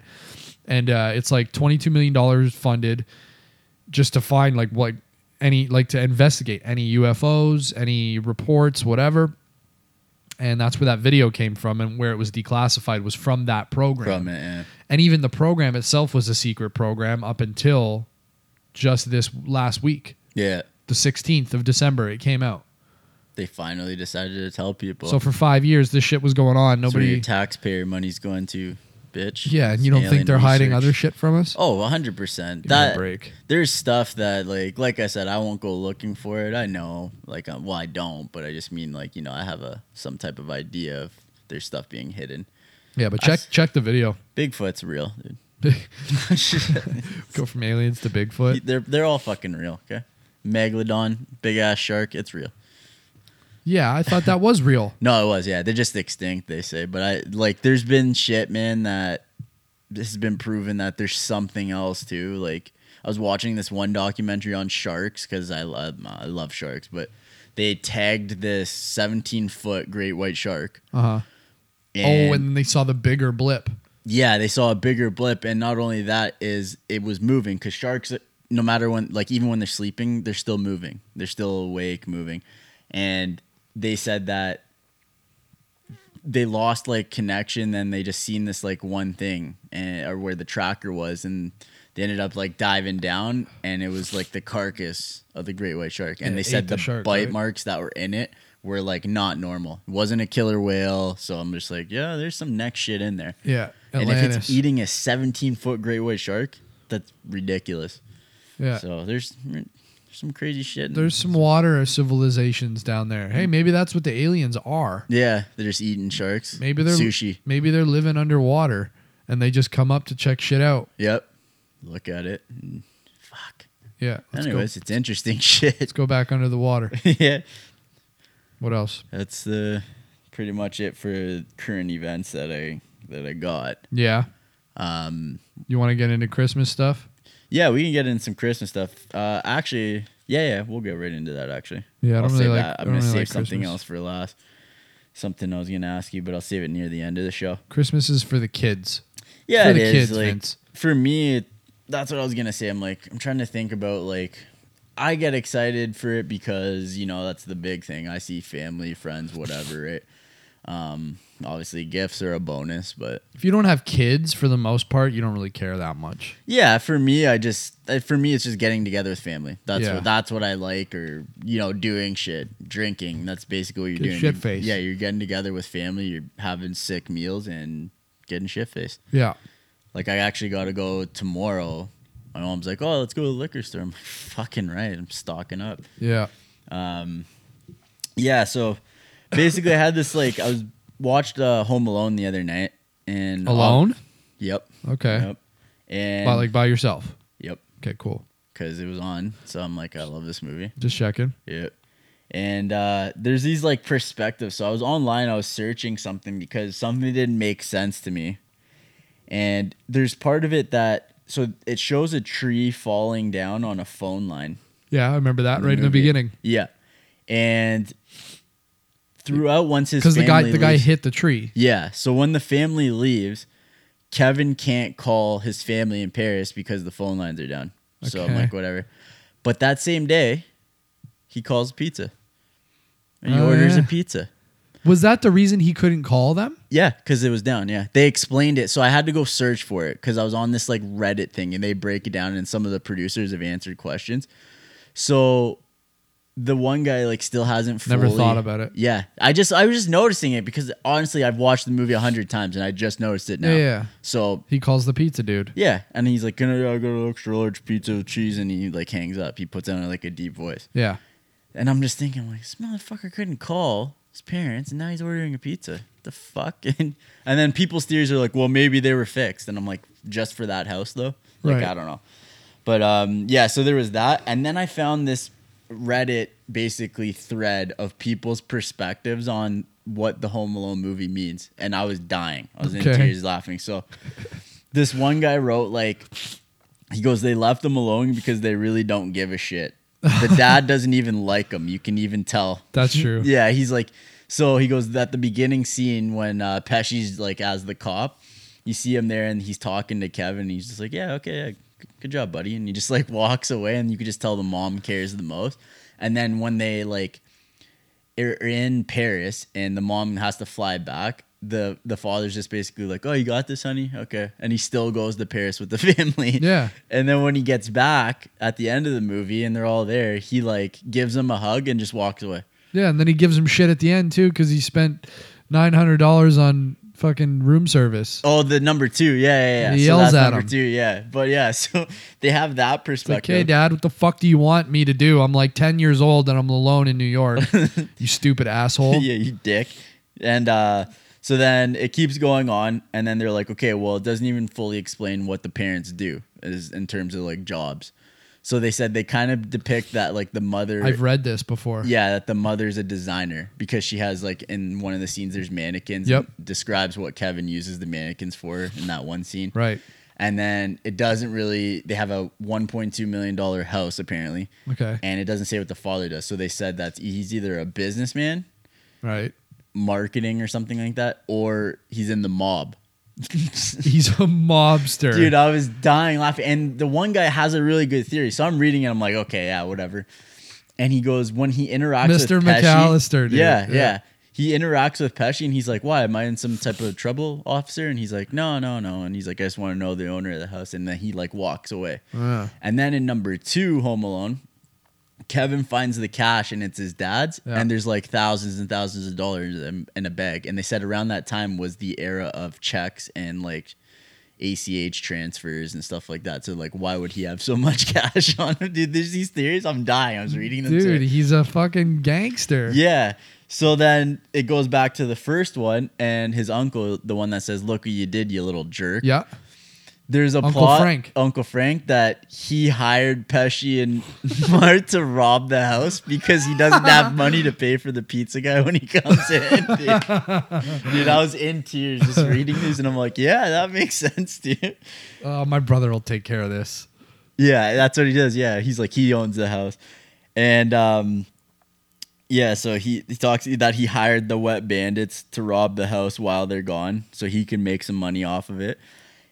Speaker 1: and uh, it's like 22 million dollars funded just to find like what any like to investigate any UFOs any reports whatever and that's where that video came from and where it was declassified was from that program
Speaker 2: From it. Yeah.
Speaker 1: and even the program itself was a secret program up until just this last week
Speaker 2: yeah,
Speaker 1: the 16th of december it came out
Speaker 2: they finally decided to tell people.
Speaker 1: so for five years this shit was going on
Speaker 2: That's where
Speaker 1: nobody
Speaker 2: your taxpayer money's going to, bitch.
Speaker 1: yeah and you don't
Speaker 2: It's
Speaker 1: think
Speaker 2: alien
Speaker 1: they're hiding
Speaker 2: research.
Speaker 1: other shit from us
Speaker 2: Oh, 100%.
Speaker 1: Give me a
Speaker 2: That
Speaker 1: break.
Speaker 2: there's stuff that like like I said I won't go looking for it. I know. Like I, well I don't, but I just mean like, you know, I have a some type of idea of there's stuff being hidden.
Speaker 1: yeah but check
Speaker 2: s-
Speaker 1: check the video
Speaker 2: Bigfoot's real, dude.
Speaker 1: go from aliens to bigfoot
Speaker 2: they're they're all fucking real, okay? Megalodon, big ass shark, it's real.
Speaker 1: yeah i thought that was real
Speaker 2: No, it was. Yeah, they're just extinct. They say, but I like. There's been shit, man. That this has been proven that there's something else too. Like I was watching this one documentary on sharks because I love uh, I love sharks, but they tagged this 17 foot great white shark.
Speaker 1: uh-huh oh and they saw the bigger blip
Speaker 2: Yeah, they saw a bigger blip, and not only that is it was moving because sharks, no matter when, like even when they're sleeping, they're still moving. They're still awake, moving, and they said that they lost like connection. Then they just seen this like one thing, and or where the tracker was, and they ended up like diving down, and it was like the carcass of the great white shark, and
Speaker 1: Yeah,
Speaker 2: they
Speaker 1: it ate
Speaker 2: said
Speaker 1: the
Speaker 2: the,
Speaker 1: shark,
Speaker 2: bite
Speaker 1: right?
Speaker 2: marks that were in it were like not normal. It wasn't a killer whale, so I'm just like, yeah, there's some neck shit in there.
Speaker 1: yeah
Speaker 2: And if
Speaker 1: atlantis
Speaker 2: it's eating a 17 foot great white shark, that's ridiculous.
Speaker 1: yeah
Speaker 2: So there's there's some crazy shit. in-
Speaker 1: there's some water civilizations down there hey maybe that's what the aliens are
Speaker 2: yeah, they're just eating sharks.
Speaker 1: Maybe they're
Speaker 2: sushi.
Speaker 1: Maybe they're living underwater and they just come up to check shit out.
Speaker 2: Yep. Look at it. and- Fuck.
Speaker 1: Yeah. Let's
Speaker 2: Anyways,
Speaker 1: go.
Speaker 2: it's interesting
Speaker 1: Let's
Speaker 2: shit.
Speaker 1: go back under the water.
Speaker 2: yeah,
Speaker 1: What else?
Speaker 2: that's the pretty much it for current events that I that I got.
Speaker 1: Yeah.
Speaker 2: Um,
Speaker 1: You want to get into Christmas stuff?
Speaker 2: yeah, we can get into some Christmas stuff. Uh, actually, yeah, yeah, we'll get right into that. Actually,
Speaker 1: Yeah, I
Speaker 2: I'll
Speaker 1: don't really
Speaker 2: save
Speaker 1: like-
Speaker 2: that.
Speaker 1: I
Speaker 2: I'm
Speaker 1: don't
Speaker 2: gonna
Speaker 1: really
Speaker 2: save
Speaker 1: like
Speaker 2: something
Speaker 1: Christmas.
Speaker 2: else for last. Something I was gonna ask you, but I'll save it near the end of the show.
Speaker 1: Christmas is for the kids.
Speaker 2: Yeah,
Speaker 1: For
Speaker 2: it
Speaker 1: the
Speaker 2: is.
Speaker 1: kids,
Speaker 2: like
Speaker 1: Vince.
Speaker 2: for me, it- that's what I was gonna say. I'm like, I'm trying to think about like, I get excited for it because you know that's the big thing. I see family, friends, whatever. Right. Um, obviously, gifts are a bonus, but
Speaker 1: If you don't have kids, for the most part, you don't really care that much.
Speaker 2: yeah, for me, I just uh, for me, it's just getting together with family. That's
Speaker 1: Yeah.
Speaker 2: what that's what I like, or you know, doing shit, drinking. That's basically what you're
Speaker 1: Get
Speaker 2: doing.
Speaker 1: shit
Speaker 2: You-
Speaker 1: faced.
Speaker 2: Yeah, you're getting together with family. You're having sick meals and getting shit faced.
Speaker 1: Yeah.
Speaker 2: Like I actually got to go tomorrow. My mom's like, "Oh, let's go to the liquor store." I'm like, "Fucking right, I'm stocking up."
Speaker 1: Yeah.
Speaker 2: Yeah, so basically, I had this like I was watched uh, Home Alone the other night and
Speaker 1: Alone?
Speaker 2: yep.
Speaker 1: Okay.
Speaker 2: Yep. And
Speaker 1: By, like by yourself.
Speaker 2: yep,
Speaker 1: Okay, cool.
Speaker 2: because it was on. So I'm like, I love this movie.
Speaker 1: Just checking.
Speaker 2: Yep. And uh, there's these like perspectives. So I was online, I was searching something because something didn't make sense to me. And there's part of it that so it shows a tree falling down on a phone line.
Speaker 1: Yeah, I remember that right in the
Speaker 2: movie.
Speaker 1: beginning
Speaker 2: Yeah. And throughout once his
Speaker 1: because the guy
Speaker 2: family
Speaker 1: the guy
Speaker 2: leaves-
Speaker 1: hit the tree.
Speaker 2: Yeah. So when the family leaves, Kevin can't call his family in Paris because the phone lines are down. So I'm
Speaker 1: Okay.
Speaker 2: like, whatever. But that same day, he calls pizza. And he
Speaker 1: Oh,
Speaker 2: orders a
Speaker 1: yeah.
Speaker 2: pizza.
Speaker 1: Was that the reason he couldn't call them?
Speaker 2: Yeah, because it was down. Yeah. They explained it. So I had to go search for it because I was on this like Reddit thing and they break it down and some of the producers have answered questions. So the one guy like still hasn't fully,
Speaker 1: Never thought about it.
Speaker 2: Yeah. I just I was just noticing it because honestly I've watched the movie a hundred times and I just noticed it now.
Speaker 1: Yeah, yeah.
Speaker 2: So
Speaker 1: He calls the pizza dude.
Speaker 2: yeah, and he's like, "Can I I got an extra large pizza with cheese?" And he like hangs up. He puts on like a deep voice,
Speaker 1: Yeah.
Speaker 2: and I'm just thinking like, this motherfucker couldn't call his parents, and now he's ordering a pizza. The fuck? And and then people's theories are like, well, maybe they were fixed, and I'm like, just for that house though. Like
Speaker 1: Right.
Speaker 2: I don't know, but um, yeah. So there was that, and then I found this Reddit basically thread of people's perspectives on what the Home Alone movie means, and I was dying. I was in
Speaker 1: Okay.
Speaker 2: tears laughing. So this one guy wrote like he goes they left them alone because they really don't give a shit the dad doesn't even like them you can even tell
Speaker 1: That's true.
Speaker 2: yeah he's like so he goes at the beginning scene when uh pesci's like as the cop you see him there and he's talking to kevin and he's just like yeah okay yeah, g- good job buddy and he just like walks away and you can just tell the mom cares the most and then when they like are in Paris and the mom has to fly back, the the father's just basically like, "Oh, you got this, honey. Okay." And he still goes to Paris with the family.
Speaker 1: Yeah.
Speaker 2: And then when he gets back at the end of the movie and they're all there, he like gives him a hug and just walks away.
Speaker 1: Yeah, and then he gives him shit at the end too because he spent nine hundred dollars on fucking room service.
Speaker 2: Oh, the number two, yeah, yeah, yeah.
Speaker 1: He
Speaker 2: so
Speaker 1: yells
Speaker 2: that's
Speaker 1: at
Speaker 2: number
Speaker 1: him.
Speaker 2: two, yeah. But yeah, so they have that
Speaker 1: It's like, hey,
Speaker 2: perspective.
Speaker 1: dad, what the fuck do you want me to do? I'm like ten years old and I'm alone in New York. you stupid asshole.
Speaker 2: yeah, you dick. And uh, so then it keeps going on, and then they're like, okay, well, it doesn't even fully explain what the parents do is in terms of like jobs. So they said they kind of depict that like the mother.
Speaker 1: I've read this before.
Speaker 2: yeah, that the mother's a designer because she has like in one of the scenes there's mannequins.
Speaker 1: Yep.
Speaker 2: and Describes what Kevin uses the mannequins for in that one scene.
Speaker 1: Right.
Speaker 2: And then it doesn't really. They have a 1.2 million dollar house apparently,
Speaker 1: Okay.
Speaker 2: and it doesn't say what the father does. So they said that's he's either a businessman
Speaker 1: Right.
Speaker 2: marketing or something like that, or he's in the mob.
Speaker 1: He's a mobster.
Speaker 2: Dude, I was dying laughing. And the one guy has a really good theory. So I'm reading it. I'm like, okay, yeah, whatever. And he goes, when he interacts
Speaker 1: Mr.
Speaker 2: with Pesci-
Speaker 1: McAllister, dude.
Speaker 2: Yeah, yeah,
Speaker 1: Yeah.
Speaker 2: He interacts with Pesci and he's like, why? Am I in some type of trouble, officer? And he's like, no, no, no. And he's like, I just want to know the owner of the house. And then he like walks away.
Speaker 1: Yeah.
Speaker 2: And then in number two, Home Alone, Kevin finds the cash and it's his dad's,
Speaker 1: Yeah.
Speaker 2: and there's like thousands and thousands of dollars in, in a bag. And they said around that time was the era of checks and like ACH transfers and stuff like that. So like, why would he have so much cash on him, dude? There's these theories. I'm dying. I was reading them.
Speaker 1: Dude,
Speaker 2: too.
Speaker 1: he's a fucking gangster.
Speaker 2: Yeah. So then it goes back to the first one, and his uncle, the one that says, "Look what you did, you little jerk."
Speaker 1: Yeah.
Speaker 2: There's a
Speaker 1: Uncle
Speaker 2: plot,
Speaker 1: Frank.
Speaker 2: Uncle Frank, that he hired Pesci and Mart to rob the house because he doesn't have money to pay for the pizza guy when he comes in. Dude, Dude, I was in tears just reading this, and I'm like, yeah, that makes sense, dude.
Speaker 1: Uh, my brother will take care of this.
Speaker 2: Yeah, that's what he does. Yeah, he's like he owns the house, and um, yeah, so he, he talks that he hired the wet bandits to rob the house while they're gone, so he can make some money off of it.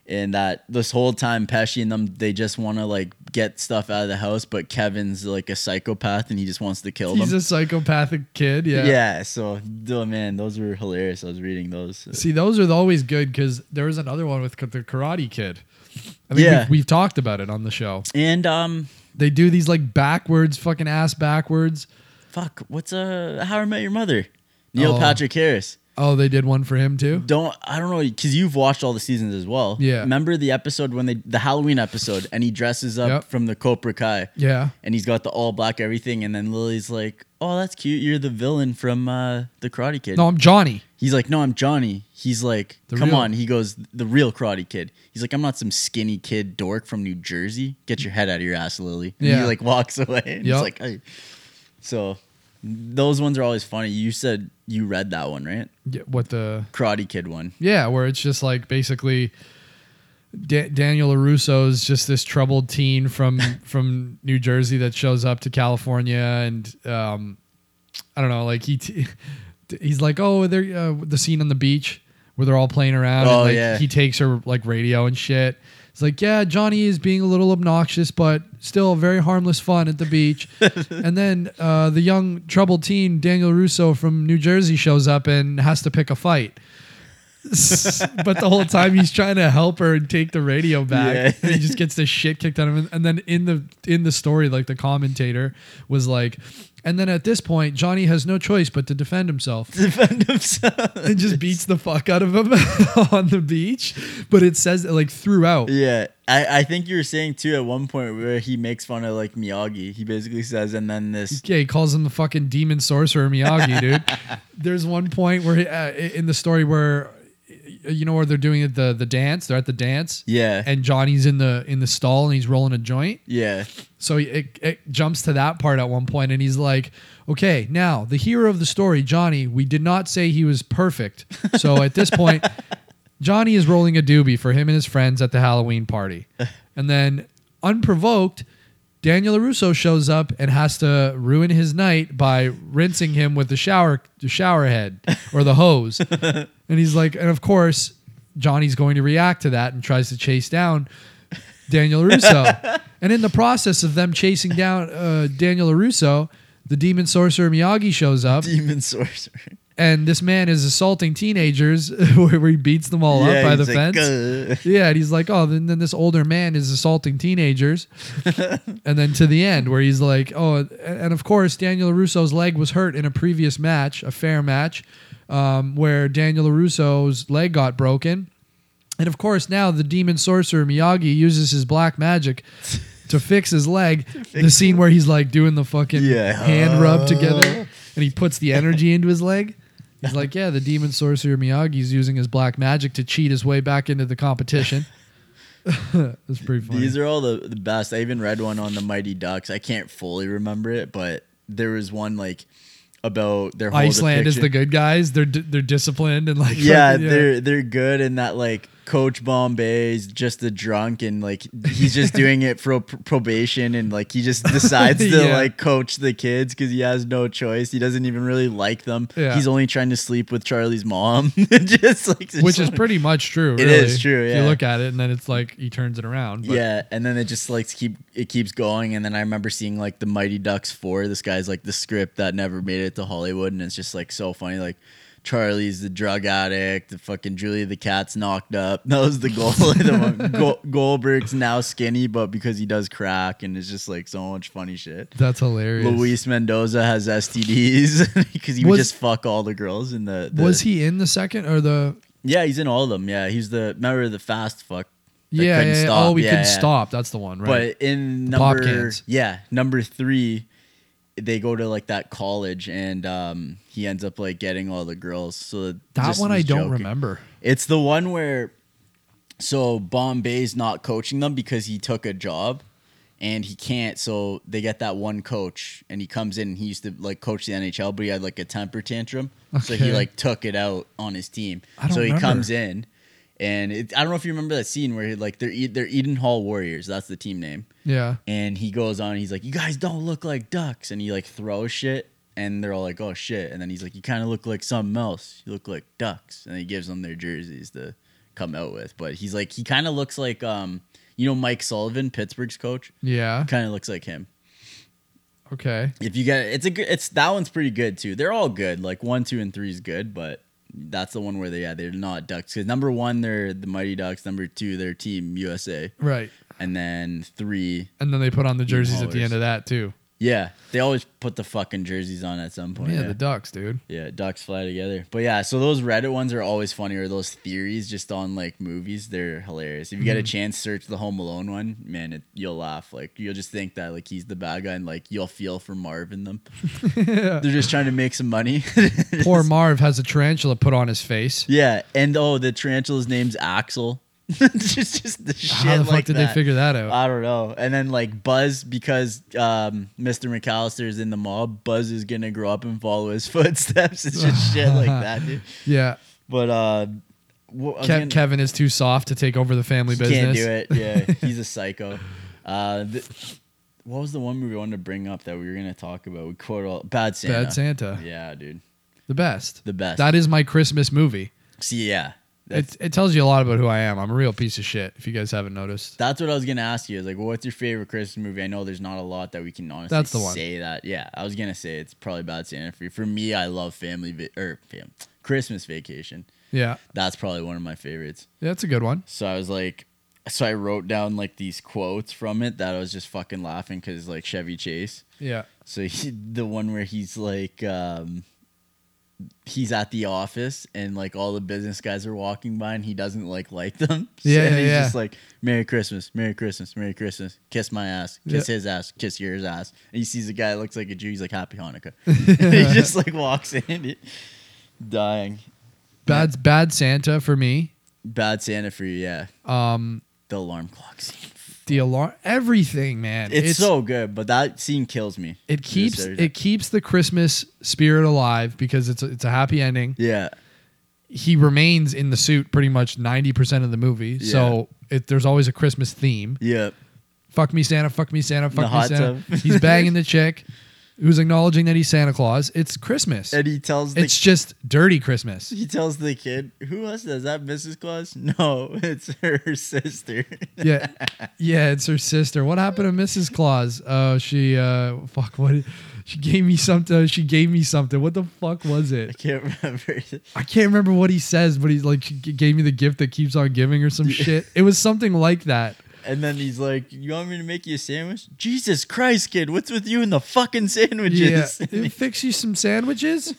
Speaker 2: And that this whole time, Pesci and them, they just want to like get stuff out of the house, but Kevin's like a psychopath and he just wants to kill
Speaker 1: He's
Speaker 2: them.
Speaker 1: a psychopathic kid.
Speaker 2: yeah.
Speaker 1: Yeah.
Speaker 2: So, oh, man, those were hilarious. I was reading those.
Speaker 1: See, those are always good because there was another one with the Karate Kid. I think
Speaker 2: Yeah.
Speaker 1: we've, we've talked about it on the show.
Speaker 2: And um,
Speaker 1: They do these like backwards, fucking ass backwards.
Speaker 2: fuck, what's uh, How I Met Your Mother? Neil
Speaker 1: Oh.
Speaker 2: Patrick Harris.
Speaker 1: Oh, they did one for him too.
Speaker 2: Don't I don't know because you've watched all the seasons as well.
Speaker 1: Yeah.
Speaker 2: Remember the episode when they the Halloween episode and he dresses up
Speaker 1: Yep.
Speaker 2: from the Cobra Kai
Speaker 1: Yeah.
Speaker 2: and he's got the all black everything and then Lily's like, "Oh, that's cute. You're the villain from uh, the Karate Kid."
Speaker 1: No, I'm Johnny.
Speaker 2: He's like, "No, I'm Johnny." He's like,
Speaker 1: The
Speaker 2: "Come
Speaker 1: real-
Speaker 2: on." He goes, "The real Karate Kid." He's like, "I'm not some skinny kid dork from New Jersey. Get your head out of your ass, Lily." And he
Speaker 1: Yeah.
Speaker 2: like walks away. And he's
Speaker 1: Yep.
Speaker 2: like, "Hey." So those ones are always funny. You said you read that one, right?
Speaker 1: Yeah, what the?
Speaker 2: Karate Kid one.
Speaker 1: Yeah, where it's just like basically da- Daniel Larusso is just this troubled teen from from New Jersey that shows up to California, and um, I don't know, like he t- he's like, oh, they're uh, the scene on the beach where they're all playing around.
Speaker 2: Oh,
Speaker 1: and, like,
Speaker 2: yeah.
Speaker 1: He takes her like radio and shit. It's like, yeah, Johnny is being a little obnoxious, but still very harmless fun at the beach. and then uh, the young troubled teen Daniel Russo from New Jersey shows up and has to pick a fight. but the whole time he's trying to help her and take the radio back.
Speaker 2: Yeah.
Speaker 1: And he just gets the shit kicked out of him. And then in the in the story, like the commentator was like, and then at this point, Johnny has no choice but to defend himself
Speaker 2: Defend himself.
Speaker 1: and just beats the fuck out of him on the beach. But it says like throughout.
Speaker 2: Yeah, I, I think you were saying too at one point where he makes fun of like Miyagi. He basically says, and then this.
Speaker 1: Yeah, he calls him the fucking demon sorcerer Miyagi, dude. There's one point where he, uh, in the story where you know where they're doing it the the dance. They're at the dance,
Speaker 2: Yeah,
Speaker 1: and Johnny's in the in the stall and he's rolling a joint.
Speaker 2: yeah,
Speaker 1: So he- it, it jumps to that part at one point, and he's like, "Okay, now the hero of the story, Johnny. We did not say he was perfect. So at this point, Johnny is rolling a doobie for him and his friends at the Halloween party, and then unprovoked." Daniel Russo shows up and has to ruin his night by rinsing him with the shower the shower head or the hose. and he's like, and of course, Johnny's going to react to that and tries to chase down Daniel Russo. and in the process of them chasing down uh, Daniel Russo, the demon sorcerer Miyagi shows up,
Speaker 2: demon sorcerer.
Speaker 1: and this man is assaulting teenagers where he beats them all
Speaker 2: yeah,
Speaker 1: up by the
Speaker 2: he's like,
Speaker 1: fence. Yeah, and he's like, oh, then, then this older man is assaulting teenagers. and then to the end, where he's like, oh, and- and of course, Daniel Russo's leg was hurt in a previous match, a fair match, um, where Daniel Russo's leg got broken. And of course, now the demon sorcerer Miyagi uses his black magic to fix his leg. the scene where he's like doing the fucking
Speaker 2: Yeah.
Speaker 1: hand rub together and he puts the energy into his leg. He's like, yeah, the demon sorcerer Miyagi's using his black magic to cheat his way back into the competition. That's pretty funny.
Speaker 2: These are all the, the best. I even read one on the Mighty Ducks. I can't fully remember it, but there was one like about their whole
Speaker 1: Iceland is
Speaker 2: depiction-
Speaker 1: the good guys. They're di- they're disciplined and like
Speaker 2: yeah,
Speaker 1: fucking-
Speaker 2: they're they're good in that like Coach Bombay's just a drunk and like he's just doing it for pr- probation and like he just decides to
Speaker 1: Yeah.
Speaker 2: like coach the kids because he has no choice. He doesn't even really like them.
Speaker 1: Yeah.
Speaker 2: He's only trying to sleep with Charlie's mom. just like just
Speaker 1: which is
Speaker 2: like-
Speaker 1: pretty much true.
Speaker 2: It
Speaker 1: Really.
Speaker 2: is true,
Speaker 1: If
Speaker 2: yeah.
Speaker 1: you look at it, and then it's like he turns it around. but-
Speaker 2: Yeah, and then it just like keep it keeps going, and then I remember seeing like the Mighty Ducks four. This guy's like the script that never made it to Hollywood, and it's just like so funny. Like Charlie's the drug addict, the fucking Julia the cat's knocked up. That was the goal. the one. Go- Goldberg's now skinny, but because he does crack, and it's just like so much funny shit.
Speaker 1: that's hilarious.
Speaker 2: Luis Mendoza has STDs because he would
Speaker 1: Was-
Speaker 2: just fuck all the girls in the, the.
Speaker 1: was he in the second or the
Speaker 2: Yeah, he's in all of them. Yeah, he's the remember the fast fuck. that
Speaker 1: yeah,
Speaker 2: couldn't
Speaker 1: yeah, yeah.
Speaker 2: stop.
Speaker 1: oh we
Speaker 2: Yeah,
Speaker 1: can
Speaker 2: yeah.
Speaker 1: stop that's the one right
Speaker 2: But in
Speaker 1: The pop
Speaker 2: number
Speaker 1: cans.
Speaker 2: yeah, number three, they go to like that college and um he ends up like getting all the girls. So
Speaker 1: that
Speaker 2: just
Speaker 1: one I
Speaker 2: was
Speaker 1: don't
Speaker 2: joking.
Speaker 1: remember
Speaker 2: It's the one where so Bombay's not coaching them because he took a job and he can't so they get that one coach and he comes in and he used to like coach the NHL but he had like a temper tantrum so he
Speaker 1: Okay.
Speaker 2: like took it out on his team
Speaker 1: I don't
Speaker 2: so he
Speaker 1: remember.
Speaker 2: comes in and it, I don't know if you remember that scene where he like they're E- they're Eden Hall Warriors that's the team name
Speaker 1: yeah
Speaker 2: and he goes on, he's like, You guys don't look like ducks. And he like throws shit. And they're all like, Oh shit. And then he's like, You kind of look like something else. You look like ducks. And he gives them their jerseys to come out with. But he's like, He kind of looks like, um, you know, Mike Sullivan, Pittsburgh's coach,
Speaker 1: yeah
Speaker 2: kind of looks like him.
Speaker 1: okay
Speaker 2: If you get it's a good, it's that one's pretty good too. They're all good. Like one, two, and three is good, but that's the one where they, yeah, they're not ducks. Cause number one, they're the Mighty Ducks. Number two, they're Team USA.
Speaker 1: right
Speaker 2: And then three,
Speaker 1: and then they put on the jerseys at the
Speaker 2: Ballers.
Speaker 1: end of that too
Speaker 2: Yeah, they always put the fucking jerseys on at some point.
Speaker 1: yeah,
Speaker 2: Oh, Yeah,
Speaker 1: the Ducks, dude.
Speaker 2: Yeah, ducks fly together. But yeah, so those Reddit ones are always funny, or those theories just on like movies. They're hilarious. If you get
Speaker 1: Mm-hmm.
Speaker 2: a chance, search the Home Alone one. Man, it, you'll laugh. Like you'll just think that like he's the bad guy, and like you'll feel for Marv and them. They're just trying to make some money.
Speaker 1: Poor Marv has a tarantula put on his face.
Speaker 2: yeah, and oh, the tarantula's name's Axel. just, just the shit.
Speaker 1: How the fuck
Speaker 2: like
Speaker 1: did
Speaker 2: that.
Speaker 1: they figure that out?
Speaker 2: I don't know. And then like Buzz, because um, Mr. McAllister is in the mob, Buzz is gonna grow up and follow his footsteps. It's just shit like that, dude.
Speaker 1: yeah,
Speaker 2: But uh, wha- I was
Speaker 1: Kev-
Speaker 2: gonna-
Speaker 1: Kevin is too soft to take over the family
Speaker 2: he
Speaker 1: business.
Speaker 2: can't do it. Yeah, he's a psycho. Uh, th- what was the one movie we wanted to bring up that we were gonna talk about? We quote all Bad Santa.
Speaker 1: Bad Santa,
Speaker 2: Yeah, dude,
Speaker 1: the best.
Speaker 2: the best.
Speaker 1: That is my Christmas movie.
Speaker 2: See, yeah, that's
Speaker 1: It, it tells you a lot about who I am. I'm a real piece of shit. If you guys haven't noticed,
Speaker 2: that's what I was gonna ask you. Is like, what's your favorite Christmas movie? I know there's not a lot that we can honestly
Speaker 1: That's the one.
Speaker 2: say that. Yeah, I was gonna say it's probably Bad Santa for you. For me, I love Family va- or fam- Christmas Vacation.
Speaker 1: yeah,
Speaker 2: That's probably one of my favorites.
Speaker 1: yeah that's a good one.
Speaker 2: So I was like, so I wrote down like these quotes from it that I was just fucking laughing because like Chevy Chase.
Speaker 1: Yeah,
Speaker 2: So he, the one where he's like, um, he's at the office and like all the business guys are walking by and he doesn't like like them. So-
Speaker 1: Yeah,
Speaker 2: and
Speaker 1: yeah,
Speaker 2: he's
Speaker 1: yeah.
Speaker 2: just like, Merry Christmas, Merry Christmas, Merry Christmas. Kiss my ass, kiss his ass, kiss yours ass. And he sees a guy that looks like a Jew. He's like, Happy Hanukkah. and he just like walks in, dude. dying.
Speaker 1: bad bad Santa for me.
Speaker 2: Bad Santa for you, yeah.
Speaker 1: Um,
Speaker 2: The alarm clock scene.
Speaker 1: the alarm, everything, man.
Speaker 2: It's, so good, but that scene kills me.
Speaker 1: it
Speaker 2: Just
Speaker 1: keeps
Speaker 2: every-
Speaker 1: it keeps the Christmas spirit alive because it's a, it's a happy ending.
Speaker 2: yeah.
Speaker 1: He remains in the suit pretty much ninety percent of the movie, so it, there's always a Christmas theme.
Speaker 2: Yeah.
Speaker 1: Fuck me, Santa. Fuck me, Santa. Fuck me,
Speaker 2: hot
Speaker 1: Santa.
Speaker 2: tub.
Speaker 1: he's banging the chick, who's acknowledging that he's Santa Claus. It's Christmas.
Speaker 2: And he tells the
Speaker 1: It's just dirty Christmas.
Speaker 2: he tells the kid, "Who else does that, Mrs. Claus?" No, it's her sister.
Speaker 1: yeah, yeah, it's her sister. What happened to Mrs. Claus? Oh, she uh, fuck. What? She gave me something. She gave me something. What the fuck was
Speaker 2: I
Speaker 1: it?
Speaker 2: can't remember.
Speaker 1: I can't remember what he says, but he's like, she g- gave me the gift that keeps on giving or some shit. It was something like that.
Speaker 2: And then he's like, "You want me to make you a sandwich?" Jesus Christ, kid, what's with you and the fucking sandwiches?
Speaker 1: Yeah, It fix you some sandwiches.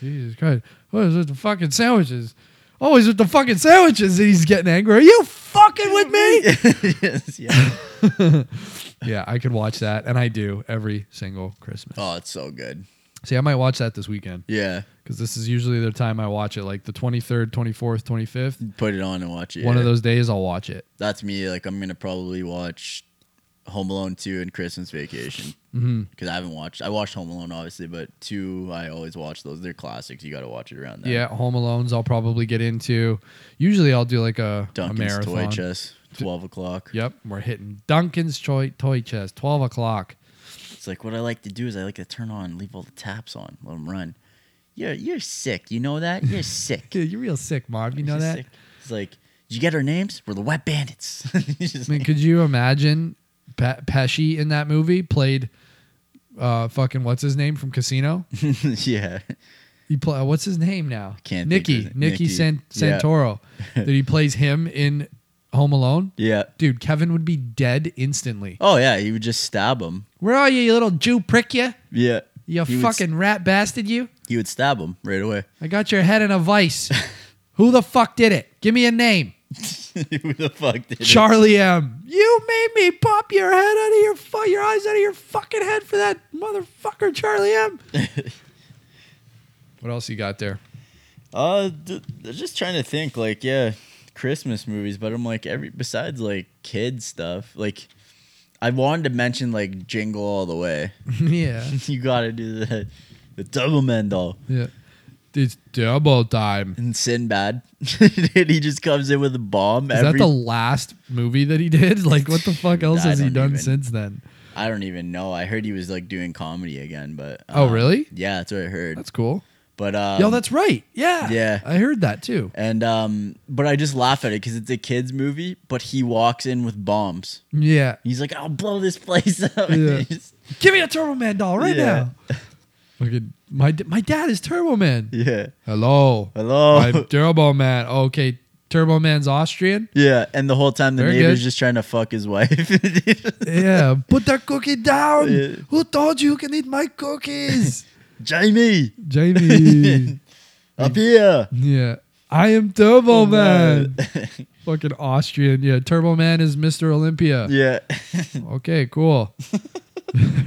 Speaker 1: Jesus Christ, what is with the fucking sandwiches? Always with the fucking sandwiches. And he's getting angry. Are you fucking with me?
Speaker 2: Yes, yeah.
Speaker 1: yeah, I could watch that, and I do every single Christmas.
Speaker 2: Oh, it's so good.
Speaker 1: See, I might watch that this weekend.
Speaker 2: Yeah,
Speaker 1: because this is usually the time I watch it, like the 23rd, 24th, 25th.
Speaker 2: put it on and watch it.
Speaker 1: One of
Speaker 2: yeah.
Speaker 1: those days I'll watch it.
Speaker 2: That's me. Like I'm gonna probably watch Home Alone two and Christmas Vacation
Speaker 1: Mhm.
Speaker 2: because I haven't watched. I watched Home Alone obviously, but two I always watch those. They're classics. You got to watch it around. That.
Speaker 1: Yeah, Home Alone's I'll probably get into. Usually I'll do like a, a
Speaker 2: Duncan's
Speaker 1: marathon.
Speaker 2: Toy Chest, twelve o'clock.
Speaker 1: Yep, we're hitting Duncan's toy, toy chest, 12 o'clock.
Speaker 2: It's like what I like to do is I like to turn on, leave all the taps on, let them run. You're you're sick. You know that? You're sick.
Speaker 1: Dude, you're real sick, Mom. You know
Speaker 2: You're
Speaker 1: that?
Speaker 2: sick. It's like, did you get our names? We're the Wet Bandits. It's just
Speaker 1: I mean,
Speaker 2: like-
Speaker 1: could you imagine Pe- Pesci in that movie played uh, fucking what's his name from Casino?
Speaker 2: yeah.
Speaker 1: He play what's his name now?
Speaker 2: Can't think of
Speaker 1: Nicky,
Speaker 2: his-
Speaker 1: Nicky
Speaker 2: Nicky.
Speaker 1: San-
Speaker 2: Yeah.
Speaker 1: Santoro. that he plays him in Home Alone.
Speaker 2: Yeah.
Speaker 1: Dude, Kevin would be dead instantly.
Speaker 2: Oh yeah, he would just stab him.
Speaker 1: Where are you, you little Jew prick? You,
Speaker 2: Yeah.
Speaker 1: you
Speaker 2: He would s-
Speaker 1: fucking rat bastard, you!
Speaker 2: he would stab him right away.
Speaker 1: I got your head in a vice. Who the fuck did it? Give me a name.
Speaker 2: Who the fuck did it?
Speaker 1: Charlie M. You made me pop your head out of your fu- your eyes out of your fucking head for that motherfucker, Charlie M. what else you got there?
Speaker 2: Uh, th- th- just trying to think, like, yeah, Christmas movies, but I'm like, every besides like kid stuff, like, I wanted to mention like Jingle All the Way.
Speaker 1: yeah,
Speaker 2: you got to do the the double man doll
Speaker 1: yeah. It's double time.
Speaker 2: and Sinbad. and he just comes in with a bomb.
Speaker 1: Is
Speaker 2: every
Speaker 1: that the last movie that he did? Like, what the fuck else
Speaker 2: I
Speaker 1: has he
Speaker 2: don't
Speaker 1: done
Speaker 2: even-
Speaker 1: since then?
Speaker 2: I don't even know. I heard he was like doing comedy again, but
Speaker 1: Oh,
Speaker 2: um,
Speaker 1: really?
Speaker 2: Yeah, that's what I heard.
Speaker 1: That's cool.
Speaker 2: but um,
Speaker 1: Yo, that's right. Yeah.
Speaker 2: yeah.
Speaker 1: I heard that too.
Speaker 2: and um, but I just laugh at it because it's a kids movie. But he walks in with bombs.
Speaker 1: Yeah.
Speaker 2: He's like, I'll blow this place up.
Speaker 1: Yeah.
Speaker 2: He just-
Speaker 1: Give me a Turbo Man doll right
Speaker 2: Yeah.
Speaker 1: now. Fucking my my dad is Turbo Man.
Speaker 2: yeah.
Speaker 1: Hello.
Speaker 2: Hello.
Speaker 1: I'm Turbo Man. Okay, Turbo Man's Austrian.
Speaker 2: Yeah, and the whole time the
Speaker 1: Very
Speaker 2: neighbor's
Speaker 1: good.
Speaker 2: just trying to fuck his wife.
Speaker 1: Yeah, put that cookie down.
Speaker 2: Yeah.
Speaker 1: Who told you you can eat my cookies?
Speaker 2: Jamie,
Speaker 1: Jamie.
Speaker 2: up here.
Speaker 1: Yeah. I am
Speaker 2: Oh,
Speaker 1: Turbo Man. Fucking Austrian. Yeah, Turbo Man is Mr. Olympia.
Speaker 2: yeah.
Speaker 1: Okay, cool.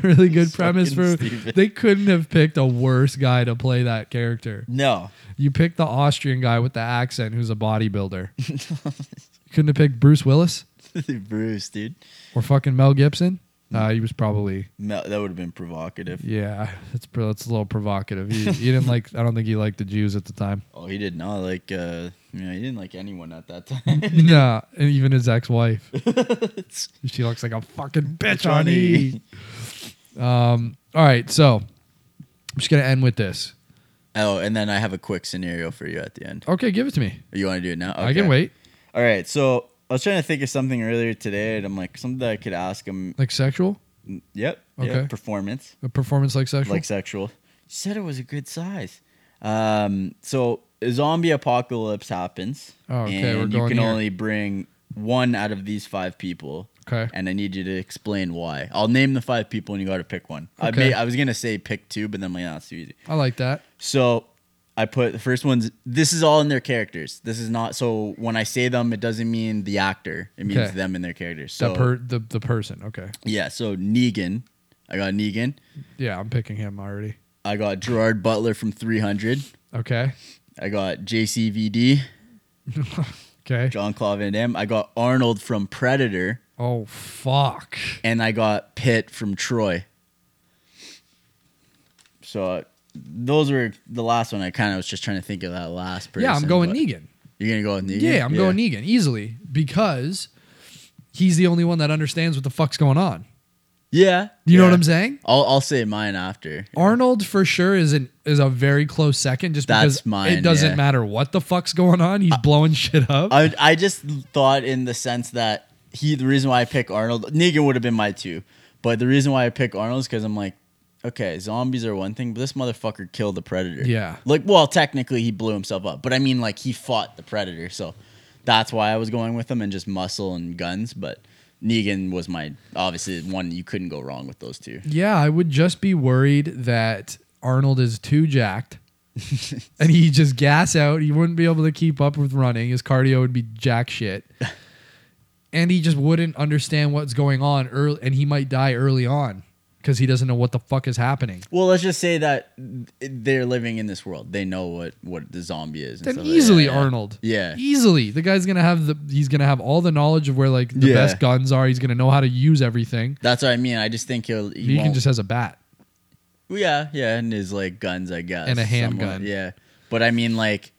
Speaker 1: really good premise for
Speaker 2: fucking stupid.
Speaker 1: they couldn't have picked a worse guy to play that character.
Speaker 2: No.
Speaker 1: You picked the Austrian guy with the accent who's a bodybuilder. you couldn't have picked Bruce Willis
Speaker 2: Bruce, dude.
Speaker 1: or fucking Mel Gibson.
Speaker 2: Mm-hmm.
Speaker 1: Uh, he was probably
Speaker 2: No, that would have been provocative.
Speaker 1: yeah. That's pro- that's a little provocative. He, he didn't like. I don't think he liked the Jews at the time.
Speaker 2: Oh, he did not like. uh Yeah, he didn't like anyone at that time.
Speaker 1: Nah, and even his ex-wife. she looks like a fucking bitch on E. Um. All right, so I'm just gonna end with this.
Speaker 2: oh, and then I have a quick scenario for you at the end.
Speaker 1: Okay, give it to me.
Speaker 2: You want to do it now?
Speaker 1: I can
Speaker 2: Okay.
Speaker 1: wait.
Speaker 2: All right. So I was trying to think of something earlier today, and I'm like, something that I could ask him.
Speaker 1: Like sexual,
Speaker 2: Yep.
Speaker 1: Okay.
Speaker 2: Yep, performance.
Speaker 1: a performance like sexual.
Speaker 2: like sexual. You said it was a good size. Um, so a zombie apocalypse happens,
Speaker 1: Oh, okay,
Speaker 2: and
Speaker 1: we're
Speaker 2: you
Speaker 1: going
Speaker 2: can
Speaker 1: here.
Speaker 2: only bring one out of these five people.
Speaker 1: Okay.
Speaker 2: and I need you to explain why. I'll name the five people, and you got to pick one. I
Speaker 1: Okay.
Speaker 2: may, I was gonna say pick two, but then I'm like, nah, that's too easy.
Speaker 1: I like that.
Speaker 2: So I put the first one's. This is all in their characters. This is not. So when I say them, it doesn't mean the actor. It means
Speaker 1: Okay.
Speaker 2: them and their characters.
Speaker 1: The
Speaker 2: So
Speaker 1: per the, the person. Okay.
Speaker 2: yeah. So Negan, I got Negan.
Speaker 1: Yeah, I'm picking him already.
Speaker 2: I got Gerard Butler from 300.
Speaker 1: Okay.
Speaker 2: I got JCVD,
Speaker 1: Okay.
Speaker 2: John Claude Van Damme. I got Arnold from Predator,
Speaker 1: Oh fuck.
Speaker 2: and I got Pitt from Troy. So uh, those were the last one. I kind of was just trying to think of that last person.
Speaker 1: Yeah, I'm going
Speaker 2: but-
Speaker 1: Negan.
Speaker 2: You're gonna go with Negan.
Speaker 1: Yeah, I'm going Negan easily because he's the only one that understands what the fuck's going on.
Speaker 2: Yeah,
Speaker 1: You know what I'm
Speaker 2: saying?
Speaker 1: saying?
Speaker 2: I'll I'll say mine after.
Speaker 1: Arnold for sure is an is a very close second just
Speaker 2: That's
Speaker 1: because
Speaker 2: mine,
Speaker 1: it doesn't
Speaker 2: yeah.
Speaker 1: matter what the fuck's going on. He's blowing shit up.
Speaker 2: I I just thought in the sense that he the reason why I pick Arnold Negan would have been my two, but the reason why I pick Arnold is because I'm like, okay, zombies are one thing, but this motherfucker killed the predator.
Speaker 1: Yeah.
Speaker 2: like well, technically he blew himself up, but I mean like he fought the predator, so that's why I was going with him and just muscle and guns, but. Negan was my obviously one you couldn't go wrong with those two.
Speaker 1: yeah, I would just be worried that Arnold is too jacked. and he just gas out. He wouldn't be able to keep up with running. His cardio would be jack shit. and he just wouldn't understand what's going on early and he might die early on because he doesn't know what the fuck is happening.
Speaker 2: Well, let's just say that they're living in this world. They know what what the zombie is. and
Speaker 1: Then
Speaker 2: stuff like-
Speaker 1: easily
Speaker 2: yeah, yeah.
Speaker 1: Arnold.
Speaker 2: Yeah.
Speaker 1: Easily. The guy's gonna have the he's gonna have all the knowledge of where like the
Speaker 2: Yeah.
Speaker 1: best guns are. He's gonna know how to use everything.
Speaker 2: That's what I mean. I just think he'll
Speaker 1: He,
Speaker 2: won't-
Speaker 1: can just has a bat.
Speaker 2: Yeah, yeah, and his like guns, I guess,
Speaker 1: And a
Speaker 2: somewhat,
Speaker 1: handgun.
Speaker 2: Yeah, but I mean, like,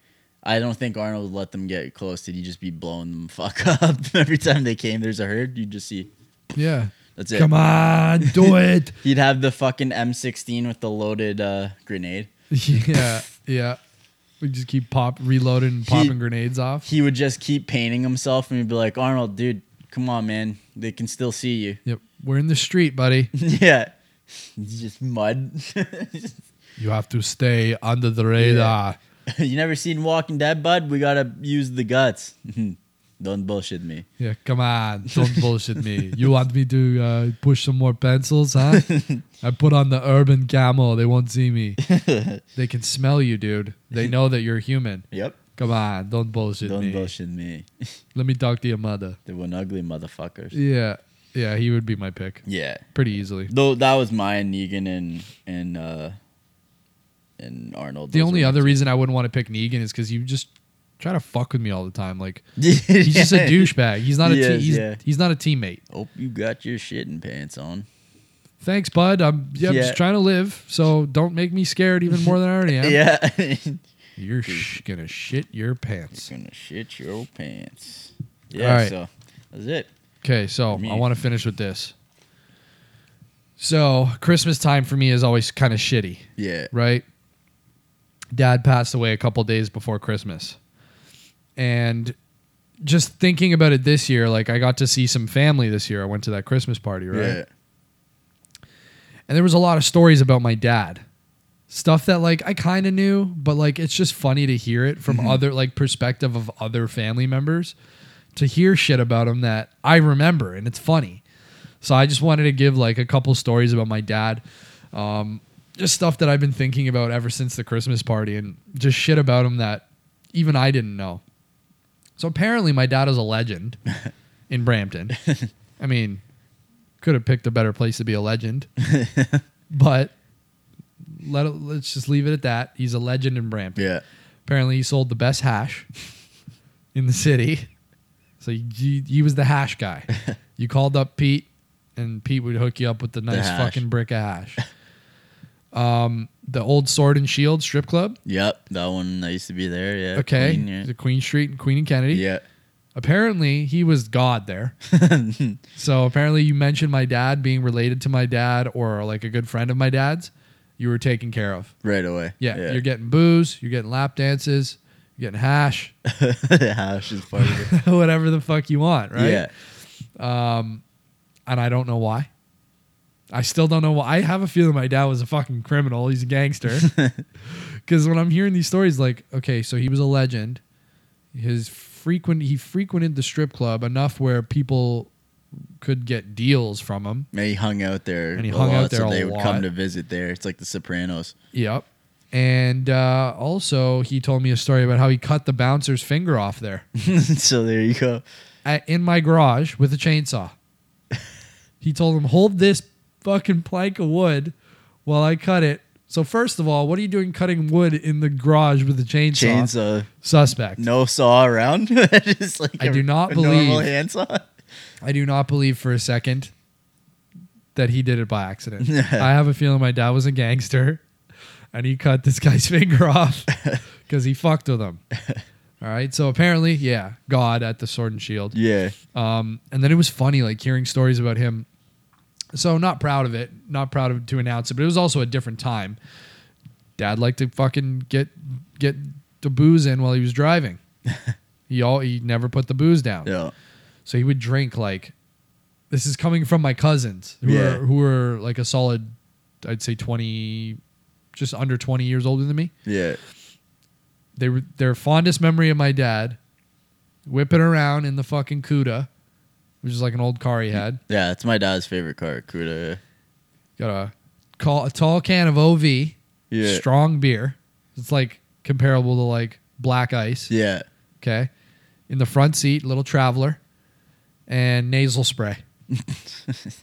Speaker 2: I don't think Arnold would let them get close. Did he just be blowing them fuck up every time they came? There's a herd. You just see.
Speaker 1: Yeah.
Speaker 2: That's it.
Speaker 1: Come on, do it.
Speaker 2: He'd have the fucking M16 with the loaded uh, grenade.
Speaker 1: yeah, yeah. We just keep pop reloading and popping grenades off.
Speaker 2: He would just keep painting himself, and he'd be like, "Arnold, dude, come on, man. They can still see you."
Speaker 1: Yep. We're in the street, buddy.
Speaker 2: yeah, just mud.
Speaker 1: You have to stay under the radar.
Speaker 2: you never seen Walking Dead, bud? We gotta use the guts. don't bullshit me.
Speaker 1: Yeah, come on. Don't bullshit me. You want me to uh, push some more pencils, huh? I put on the urban camo. They won't see me. they can smell you, dude. They know that you're human.
Speaker 2: Yep.
Speaker 1: Come on. Don't bullshit
Speaker 2: Don't
Speaker 1: me.
Speaker 2: bullshit me.
Speaker 1: Let me talk to your mother.
Speaker 2: They were ugly motherfuckers.
Speaker 1: Yeah. Yeah, he would be my pick
Speaker 2: Yeah.
Speaker 1: pretty easily.
Speaker 2: Though that was mine, Negan and and uh and Arnold.
Speaker 1: The
Speaker 2: Those
Speaker 1: only
Speaker 2: were my
Speaker 1: other
Speaker 2: two.
Speaker 1: reason I wouldn't want to pick Negan is because you just try to fuck with me all the time. Like
Speaker 2: Yeah.
Speaker 1: he's just a douchebag. He's not a
Speaker 2: He
Speaker 1: te-
Speaker 2: is,
Speaker 1: he's,
Speaker 2: yeah.
Speaker 1: he's not a teammate.
Speaker 2: Hope you got your shitting pants on.
Speaker 1: Thanks, bud. I'm yeah, I'm
Speaker 2: Yeah.
Speaker 1: just trying to live, so don't make me scared even more than I already am.
Speaker 2: Yeah.
Speaker 1: You're sh- gonna shit your pants.
Speaker 2: gonna shit your pants. Yeah,
Speaker 1: All right.
Speaker 2: so that's it.
Speaker 1: Okay, so
Speaker 2: Me.
Speaker 1: I want to finish with this. So Christmas time for me is always kind of shitty.
Speaker 2: Yeah.
Speaker 1: right? Dad passed away a couple days before Christmas. And just thinking about it this year, like I got to see some family this year. I went to that Christmas party, right?
Speaker 2: Yeah.
Speaker 1: And there was a lot of stories about my dad. stuff that like I kind of knew, but like it's just funny to hear it from other like perspective of other family members to hear shit about him that I remember and it's funny. So I just wanted to give like a couple stories about my dad. Um just stuff that I've been thinking about ever since the Christmas party and just shit about him that even I didn't know. So apparently my dad is a legend in Brampton. I mean, could have picked a better place to be a legend. but let it, let's just leave it at that. He's a legend in Brampton.
Speaker 2: Yeah.
Speaker 1: Apparently, he sold the best hash in the city. So he, he, he was the hash guy. you called up Pete, and Pete would hook you up with the nice
Speaker 2: hash.
Speaker 1: fucking brick of hash. um, the old Sword and Shield strip club.
Speaker 2: Yep. That one that used to be there. Yeah.
Speaker 1: Okay,
Speaker 2: Queen, yeah.
Speaker 1: the Queen Street and Queen and Kennedy.
Speaker 2: Yeah.
Speaker 1: Apparently, he was God there. so apparently, you mentioned my dad being related to my dad or like a good friend of my dad's. You were taken care of.
Speaker 2: Right away.
Speaker 1: Yeah, you're getting booze, you're getting lap dances, you're getting hash,
Speaker 2: Hash is part of it.
Speaker 1: whatever the fuck you want, right?
Speaker 2: Yeah.
Speaker 1: And I don't know why. I still don't know why. I have a feeling my dad was a fucking criminal. He's a gangster. Because when I'm hearing these stories, like, okay, so he was a legend. His frequent he frequented the strip club enough where people could get deals from him.
Speaker 2: And he hung out there.
Speaker 1: And he
Speaker 2: a
Speaker 1: hung out
Speaker 2: lot,
Speaker 1: there
Speaker 2: So
Speaker 1: a
Speaker 2: they would come
Speaker 1: lot.
Speaker 2: to visit there. It's like the Sopranos.
Speaker 1: Yep. And uh, also, he told me a story about how he cut the bouncer's finger off there.
Speaker 2: so there you go.
Speaker 1: at, in my garage with a chainsaw. he told him, "Hold this fucking plank of wood while I cut it." So first of all, what are you doing cutting wood in the garage with a chainsaw?
Speaker 2: Chainsaw.
Speaker 1: Suspect.
Speaker 2: uh, No saw around. Just like
Speaker 1: I do not
Speaker 2: a normal
Speaker 1: believe-
Speaker 2: handsaw.
Speaker 1: I do not believe for a second that he did it by accident. I have a feeling my dad was a gangster and he cut this guy's finger off because he fucked with him. All right. So apparently, yeah, God at the sword and shield.
Speaker 2: Yeah.
Speaker 1: Um, and then it was funny, like hearing stories about him. So not proud of it, not proud of to announce it, but it was also a different time. Dad liked to fucking get get the booze in while he was driving. he all he never put the booze down,
Speaker 2: Yeah.
Speaker 1: so he would drink like. This is coming from my cousins who
Speaker 2: Yeah.
Speaker 1: are who are like a solid, I'd say twenty, just under twenty years older than me
Speaker 2: Yeah.
Speaker 1: they were their fondest memory of my dad whipping around in the fucking Cuda, which is like an old car he had.
Speaker 2: Yeah. It's my dad's favorite car, Cuda.
Speaker 1: Got a call a tall can of OV,
Speaker 2: Yeah.
Speaker 1: strong beer. It's like comparable to like black ice.
Speaker 2: Yeah.
Speaker 1: Okay. In the front seat, little traveler, and nasal spray.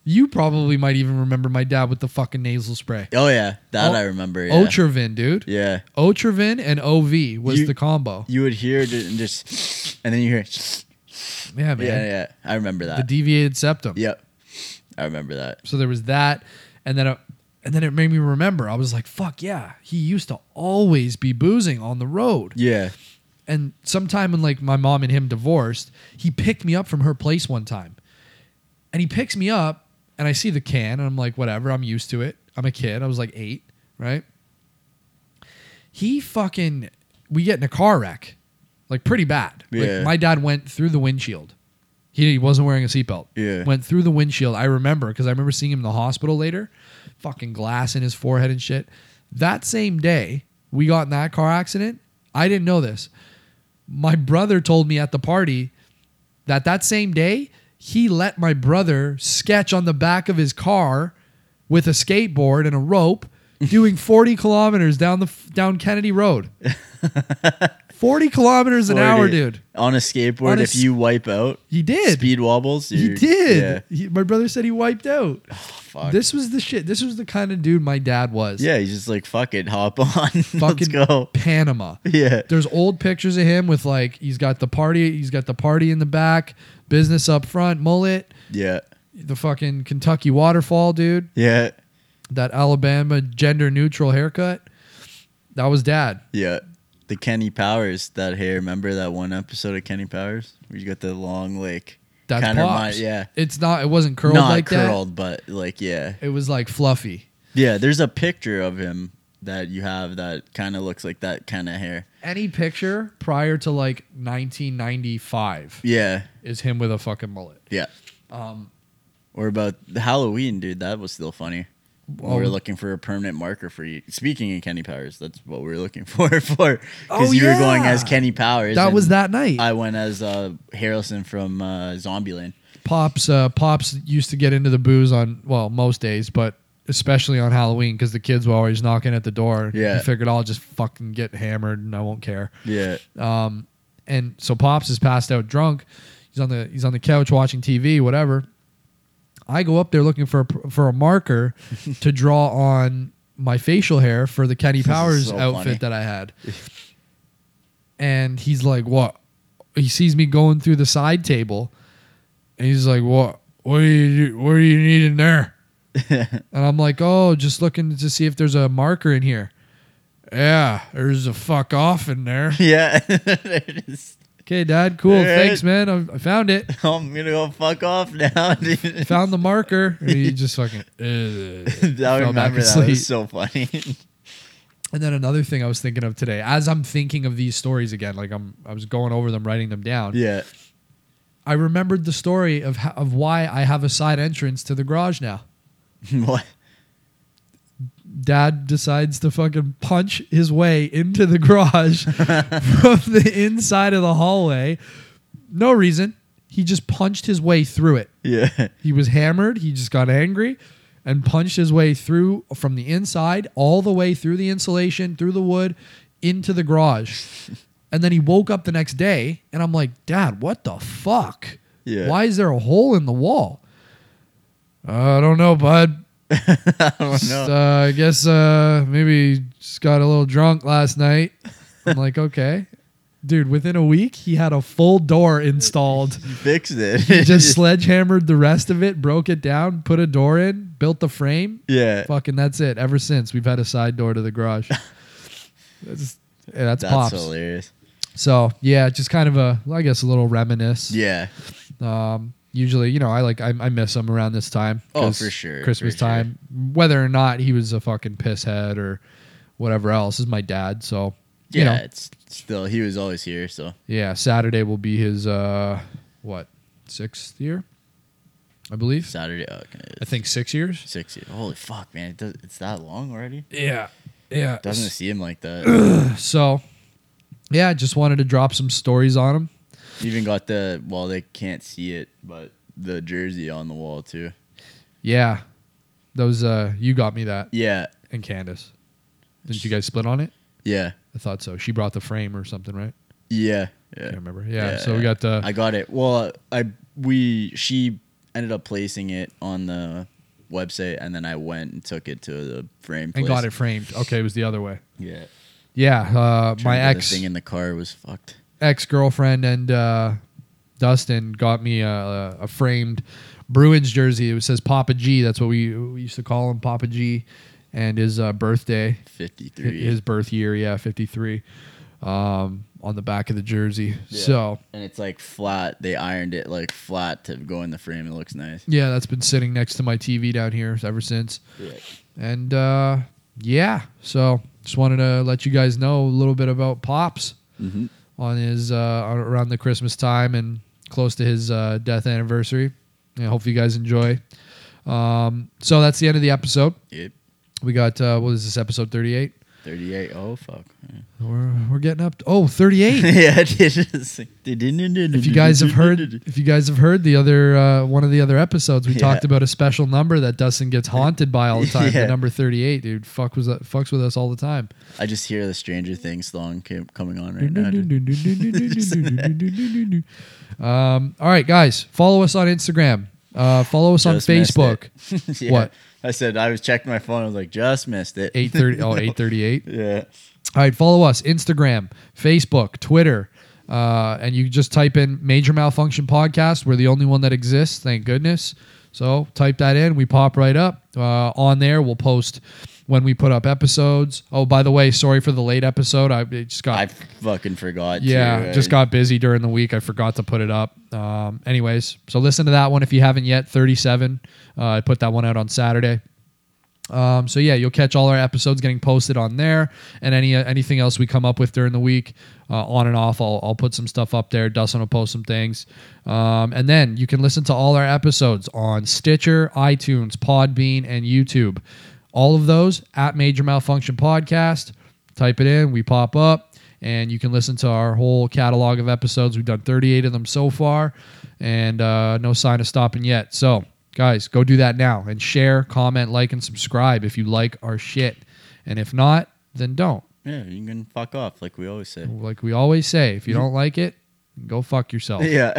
Speaker 1: you probably might even remember my dad with the fucking nasal spray.
Speaker 2: Oh yeah. That
Speaker 1: Oh,
Speaker 2: I remember. Yeah.
Speaker 1: Otrivin, dude.
Speaker 2: Yeah.
Speaker 1: Otrivin and OV was
Speaker 2: You-
Speaker 1: the combo.
Speaker 2: You would hear it and just, and then you hear,
Speaker 1: Yeah, man.
Speaker 2: yeah, yeah. I remember
Speaker 1: The
Speaker 2: that.
Speaker 1: deviated septum.
Speaker 2: yep. I remember that.
Speaker 1: So there was that, and then it, and then it made me remember. I was like, "Fuck yeah!" He used to always be boozing on the road.
Speaker 2: Yeah.
Speaker 1: And sometime when like my mom and him divorced, he picked me up from her place one time, and he picks me up, and I see the can, and I'm like, "Whatever, I'm used to it. I'm a kid. I was like eight, right?" He fucking we get in a car wreck, like pretty bad.
Speaker 2: Yeah.
Speaker 1: Like my dad went through the windshield. He, he wasn't wearing a seatbelt.
Speaker 2: Yeah.
Speaker 1: Went through the windshield. I remember because I remember seeing him in the hospital later. Fucking glass in his forehead and shit. That same day, we got in that car accident. I didn't know this. My brother told me at the party that that same day, he let my brother sketch on the back of his car with a skateboard and a rope doing 40 kilometers down the down Kennedy Road. 40 kilometers an hour,
Speaker 2: 40.
Speaker 1: dude.
Speaker 2: On a skateboard,
Speaker 1: On a
Speaker 2: if you wipe out,
Speaker 1: He did.
Speaker 2: speed wobbles.
Speaker 1: He
Speaker 2: you're-
Speaker 1: did. He- my brother said he wiped out.
Speaker 2: Yeah. Fuck.
Speaker 1: This was the shit. This was the kind of dude my dad was.
Speaker 2: yeah. He's just like, fuck it. Hop on. Let's
Speaker 1: Fucking
Speaker 2: go.
Speaker 1: Panama.
Speaker 2: Yeah.
Speaker 1: There's old pictures of him with like he's got the party, he's got the party in the back, business up front, mullet,
Speaker 2: Yeah.
Speaker 1: the fucking Kentucky waterfall dude,
Speaker 2: Yeah.
Speaker 1: that Alabama gender neutral haircut. That was dad.
Speaker 2: Yeah. The Kenny Powers, that hair. Remember that one episode of Kenny Powers where you got the long, like,
Speaker 1: That's
Speaker 2: kinda
Speaker 1: pops.
Speaker 2: remind- yeah.
Speaker 1: It's not it wasn't curled
Speaker 2: Not
Speaker 1: like
Speaker 2: curled, but like, yeah.
Speaker 1: that. It was like fluffy.
Speaker 2: Yeah. There's a picture of him that you have that kind of looks like that kind of hair.
Speaker 1: Any picture prior to like 1995
Speaker 2: Yeah.
Speaker 1: is him with a fucking mullet.
Speaker 2: Yeah. Um, or about the Halloween, dude. That was still funny. we
Speaker 1: Oh.
Speaker 2: were looking for a permanent marker for you. Speaking in Kenny Powers, that's what we were looking for. For because
Speaker 1: Oh,
Speaker 2: you
Speaker 1: yeah.
Speaker 2: were going as Kenny Powers.
Speaker 1: That
Speaker 2: and
Speaker 1: was that night.
Speaker 2: I went as uh, Harrelson from uh, Zombieland.
Speaker 1: Pops uh, Pops used to get into the booze on well most days, but especially on Halloween because the kids were always knocking at the door.
Speaker 2: Yeah.
Speaker 1: he figured I'll just fucking get hammered and I won't care.
Speaker 2: Yeah,
Speaker 1: And so Pops is passed out drunk. He's on the he's on the couch watching TV, whatever. I go up there looking for a, for a marker to draw on my facial hair for the Kenny
Speaker 2: is
Speaker 1: Powers
Speaker 2: so
Speaker 1: outfit
Speaker 2: funny.
Speaker 1: that I had. and he's like, "What?" He sees me going through the side table, and he's like, "What? What do you what do you need in there?" and I'm like, "Oh, just looking to see if there's a marker in here." Yeah, there's a fuck off in there.
Speaker 2: yeah. It is-
Speaker 1: Okay, Dad. Cool.
Speaker 2: Yeah.
Speaker 1: Thanks, man. I, I found it.
Speaker 2: I'm gonna go fuck off now. dude.
Speaker 1: Found the marker. And he just fucking. uh. "Ugh."
Speaker 2: I remember that. It
Speaker 1: asleep.
Speaker 2: was so funny.
Speaker 1: And then another thing I was thinking of today, as I'm thinking of these stories again, like I'm, I was going over them, writing them down.
Speaker 2: yeah.
Speaker 1: I remembered the story of ho- of why I have a side entrance to the garage now.
Speaker 2: What?
Speaker 1: Dad decides to fucking punch his way into the garage from the inside of the hallway. No reason. He just punched his way through it.
Speaker 2: Yeah.
Speaker 1: He was hammered. He just got angry and punched his way through from the inside, all the way through the insulation, through the wood, into the garage. and then he woke up the next day, and I'm like, Dad, what the fuck?
Speaker 2: Yeah.
Speaker 1: Why is there a hole in the wall? I don't know, bud.
Speaker 2: I don't
Speaker 1: Just,
Speaker 2: know.
Speaker 1: uh, I guess uh, maybe just got a little drunk last night. I'm like, okay. Dude, within a week, he had a full door installed
Speaker 2: You fixed it.
Speaker 1: he just sledgehammered the rest of it, broke it down, put a door in, built the frame.
Speaker 2: yeah.
Speaker 1: Fucking that's it. Ever since we've had a side door to the garage. that's, yeah, that's,
Speaker 2: That's
Speaker 1: pops.
Speaker 2: hilarious.
Speaker 1: So yeah, just kind of a, I guess, a little reminisce.
Speaker 2: Yeah.
Speaker 1: Um, usually, you know, I like I, I miss him around this time.
Speaker 2: Oh,
Speaker 1: 'cause
Speaker 2: for sure, for
Speaker 1: Christmas
Speaker 2: sure.
Speaker 1: time, whether or not he was a fucking pisshead or whatever else, is my dad. So
Speaker 2: Yeah.
Speaker 1: you know,
Speaker 2: It's still he was always here. So
Speaker 1: yeah. Saturday will be his uh, what sixth year, I believe.
Speaker 2: Saturday. oh, okay,
Speaker 1: I think six years.
Speaker 2: six years. Holy fuck, man! It does, it's that long already.
Speaker 1: Yeah. Yeah.
Speaker 2: Doesn't seem like that.
Speaker 1: So, yeah, just wanted to drop some stories on him.
Speaker 2: Even got the well, they can't see it, but the jersey on the wall too.
Speaker 1: Yeah. Those, uh, you got me that.
Speaker 2: Yeah,
Speaker 1: And Candace. Didn't you guys split on it?
Speaker 2: yeah,
Speaker 1: I thought so. She brought the frame or something, right?
Speaker 2: yeah, yeah.
Speaker 1: Can't remember. Yeah. so we got the,
Speaker 2: I got it. Well, I we she ended up placing it on the website, and then I went and took it to the frame
Speaker 1: and
Speaker 2: place.
Speaker 1: got it framed. Okay. It was the other way.
Speaker 2: Yeah,
Speaker 1: Yeah. Uh, my
Speaker 2: Trying to get
Speaker 1: ex,
Speaker 2: the thing in the car was fucked.
Speaker 1: ex girlfriend and, uh, Dustin got me a, a framed Bruins jersey. It says Papa G. That's what we, we used to call him, Papa G. And his uh, birthday.
Speaker 2: Fifty three.
Speaker 1: his birth year, yeah, 53, um, on the back of the jersey. So,
Speaker 2: and it's like flat. They ironed it like flat to go in the frame. It looks nice.
Speaker 1: yeah, that's been sitting next to my TV down here ever since.
Speaker 2: Yeah.
Speaker 1: And uh, yeah, so just wanted to let you guys know a little bit about Pops
Speaker 2: Mhm.
Speaker 1: on his uh, ar- around the Christmas time and close to his uh, death anniversary. And I hope you guys enjoy. Um, so that's the end of the episode.
Speaker 2: Yep.
Speaker 1: We got uh, what is this episode 38?
Speaker 2: 38. Oh, fuck. Yeah.
Speaker 1: We're we're getting up. To, oh, 38.
Speaker 2: yeah, it is. If
Speaker 1: if you guys have heard if you guys have heard the other uh, one of the other episodes we
Speaker 2: Yeah.
Speaker 1: talked about a special number that Dustin gets haunted by all the time the
Speaker 2: Yeah.
Speaker 1: number 38 dude fuck was that fucks with us all the time
Speaker 2: I just hear the Stranger Things song came, coming on right now. dude.
Speaker 1: um, all right guys follow us on Instagram uh, follow us on
Speaker 2: Just missed
Speaker 1: Facebook
Speaker 2: it. Yeah.
Speaker 1: What?
Speaker 2: I said, I was checking my phone. I was like, just missed it.
Speaker 1: 830 oh 838
Speaker 2: Yeah.
Speaker 1: All right, follow us Instagram, Facebook, Twitter, uh, and you just type in Major Malfunction Podcast. We're the only one that exists, thank goodness. So type that in, we pop right up. Uh, on there, we'll post when we put up episodes. Oh, by the way, sorry for the late episode. I it just got
Speaker 2: I fucking forgot.
Speaker 1: yeah,
Speaker 2: too.
Speaker 1: just
Speaker 2: I-
Speaker 1: got busy during the week. I forgot to put it up. Um, anyways, so listen to that one if you haven't yet. Thirty-seven. Uh, I put that one out on Saturday. Um, so yeah, you'll catch all our episodes getting posted on there, and any uh, anything else we come up with during the week, uh, on and off. I'll, I'll put some stuff up there. Dustin will post some things, um, and then you can listen to all our episodes on Stitcher, iTunes, Podbean, and YouTube. all of those at Major Malfunction Podcast. Type it in, we pop up, and you can listen to our whole catalog of episodes. We've done 38 of them so far, and uh, no sign of stopping yet. So, guys, go do that now and share, comment, like, and subscribe if you like our shit. And if not, then don't.
Speaker 2: Yeah, you can fuck off, like we always say.
Speaker 1: Like we always say, if you don't like it, go fuck yourself.
Speaker 2: Yeah.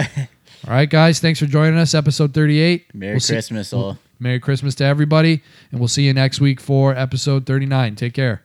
Speaker 1: All right, guys, thanks for joining us. Episode 38.
Speaker 2: Merry
Speaker 1: We'll see-
Speaker 2: Christmas, all.
Speaker 1: Merry Christmas to everybody, and we'll see you next week for episode 39. Take care.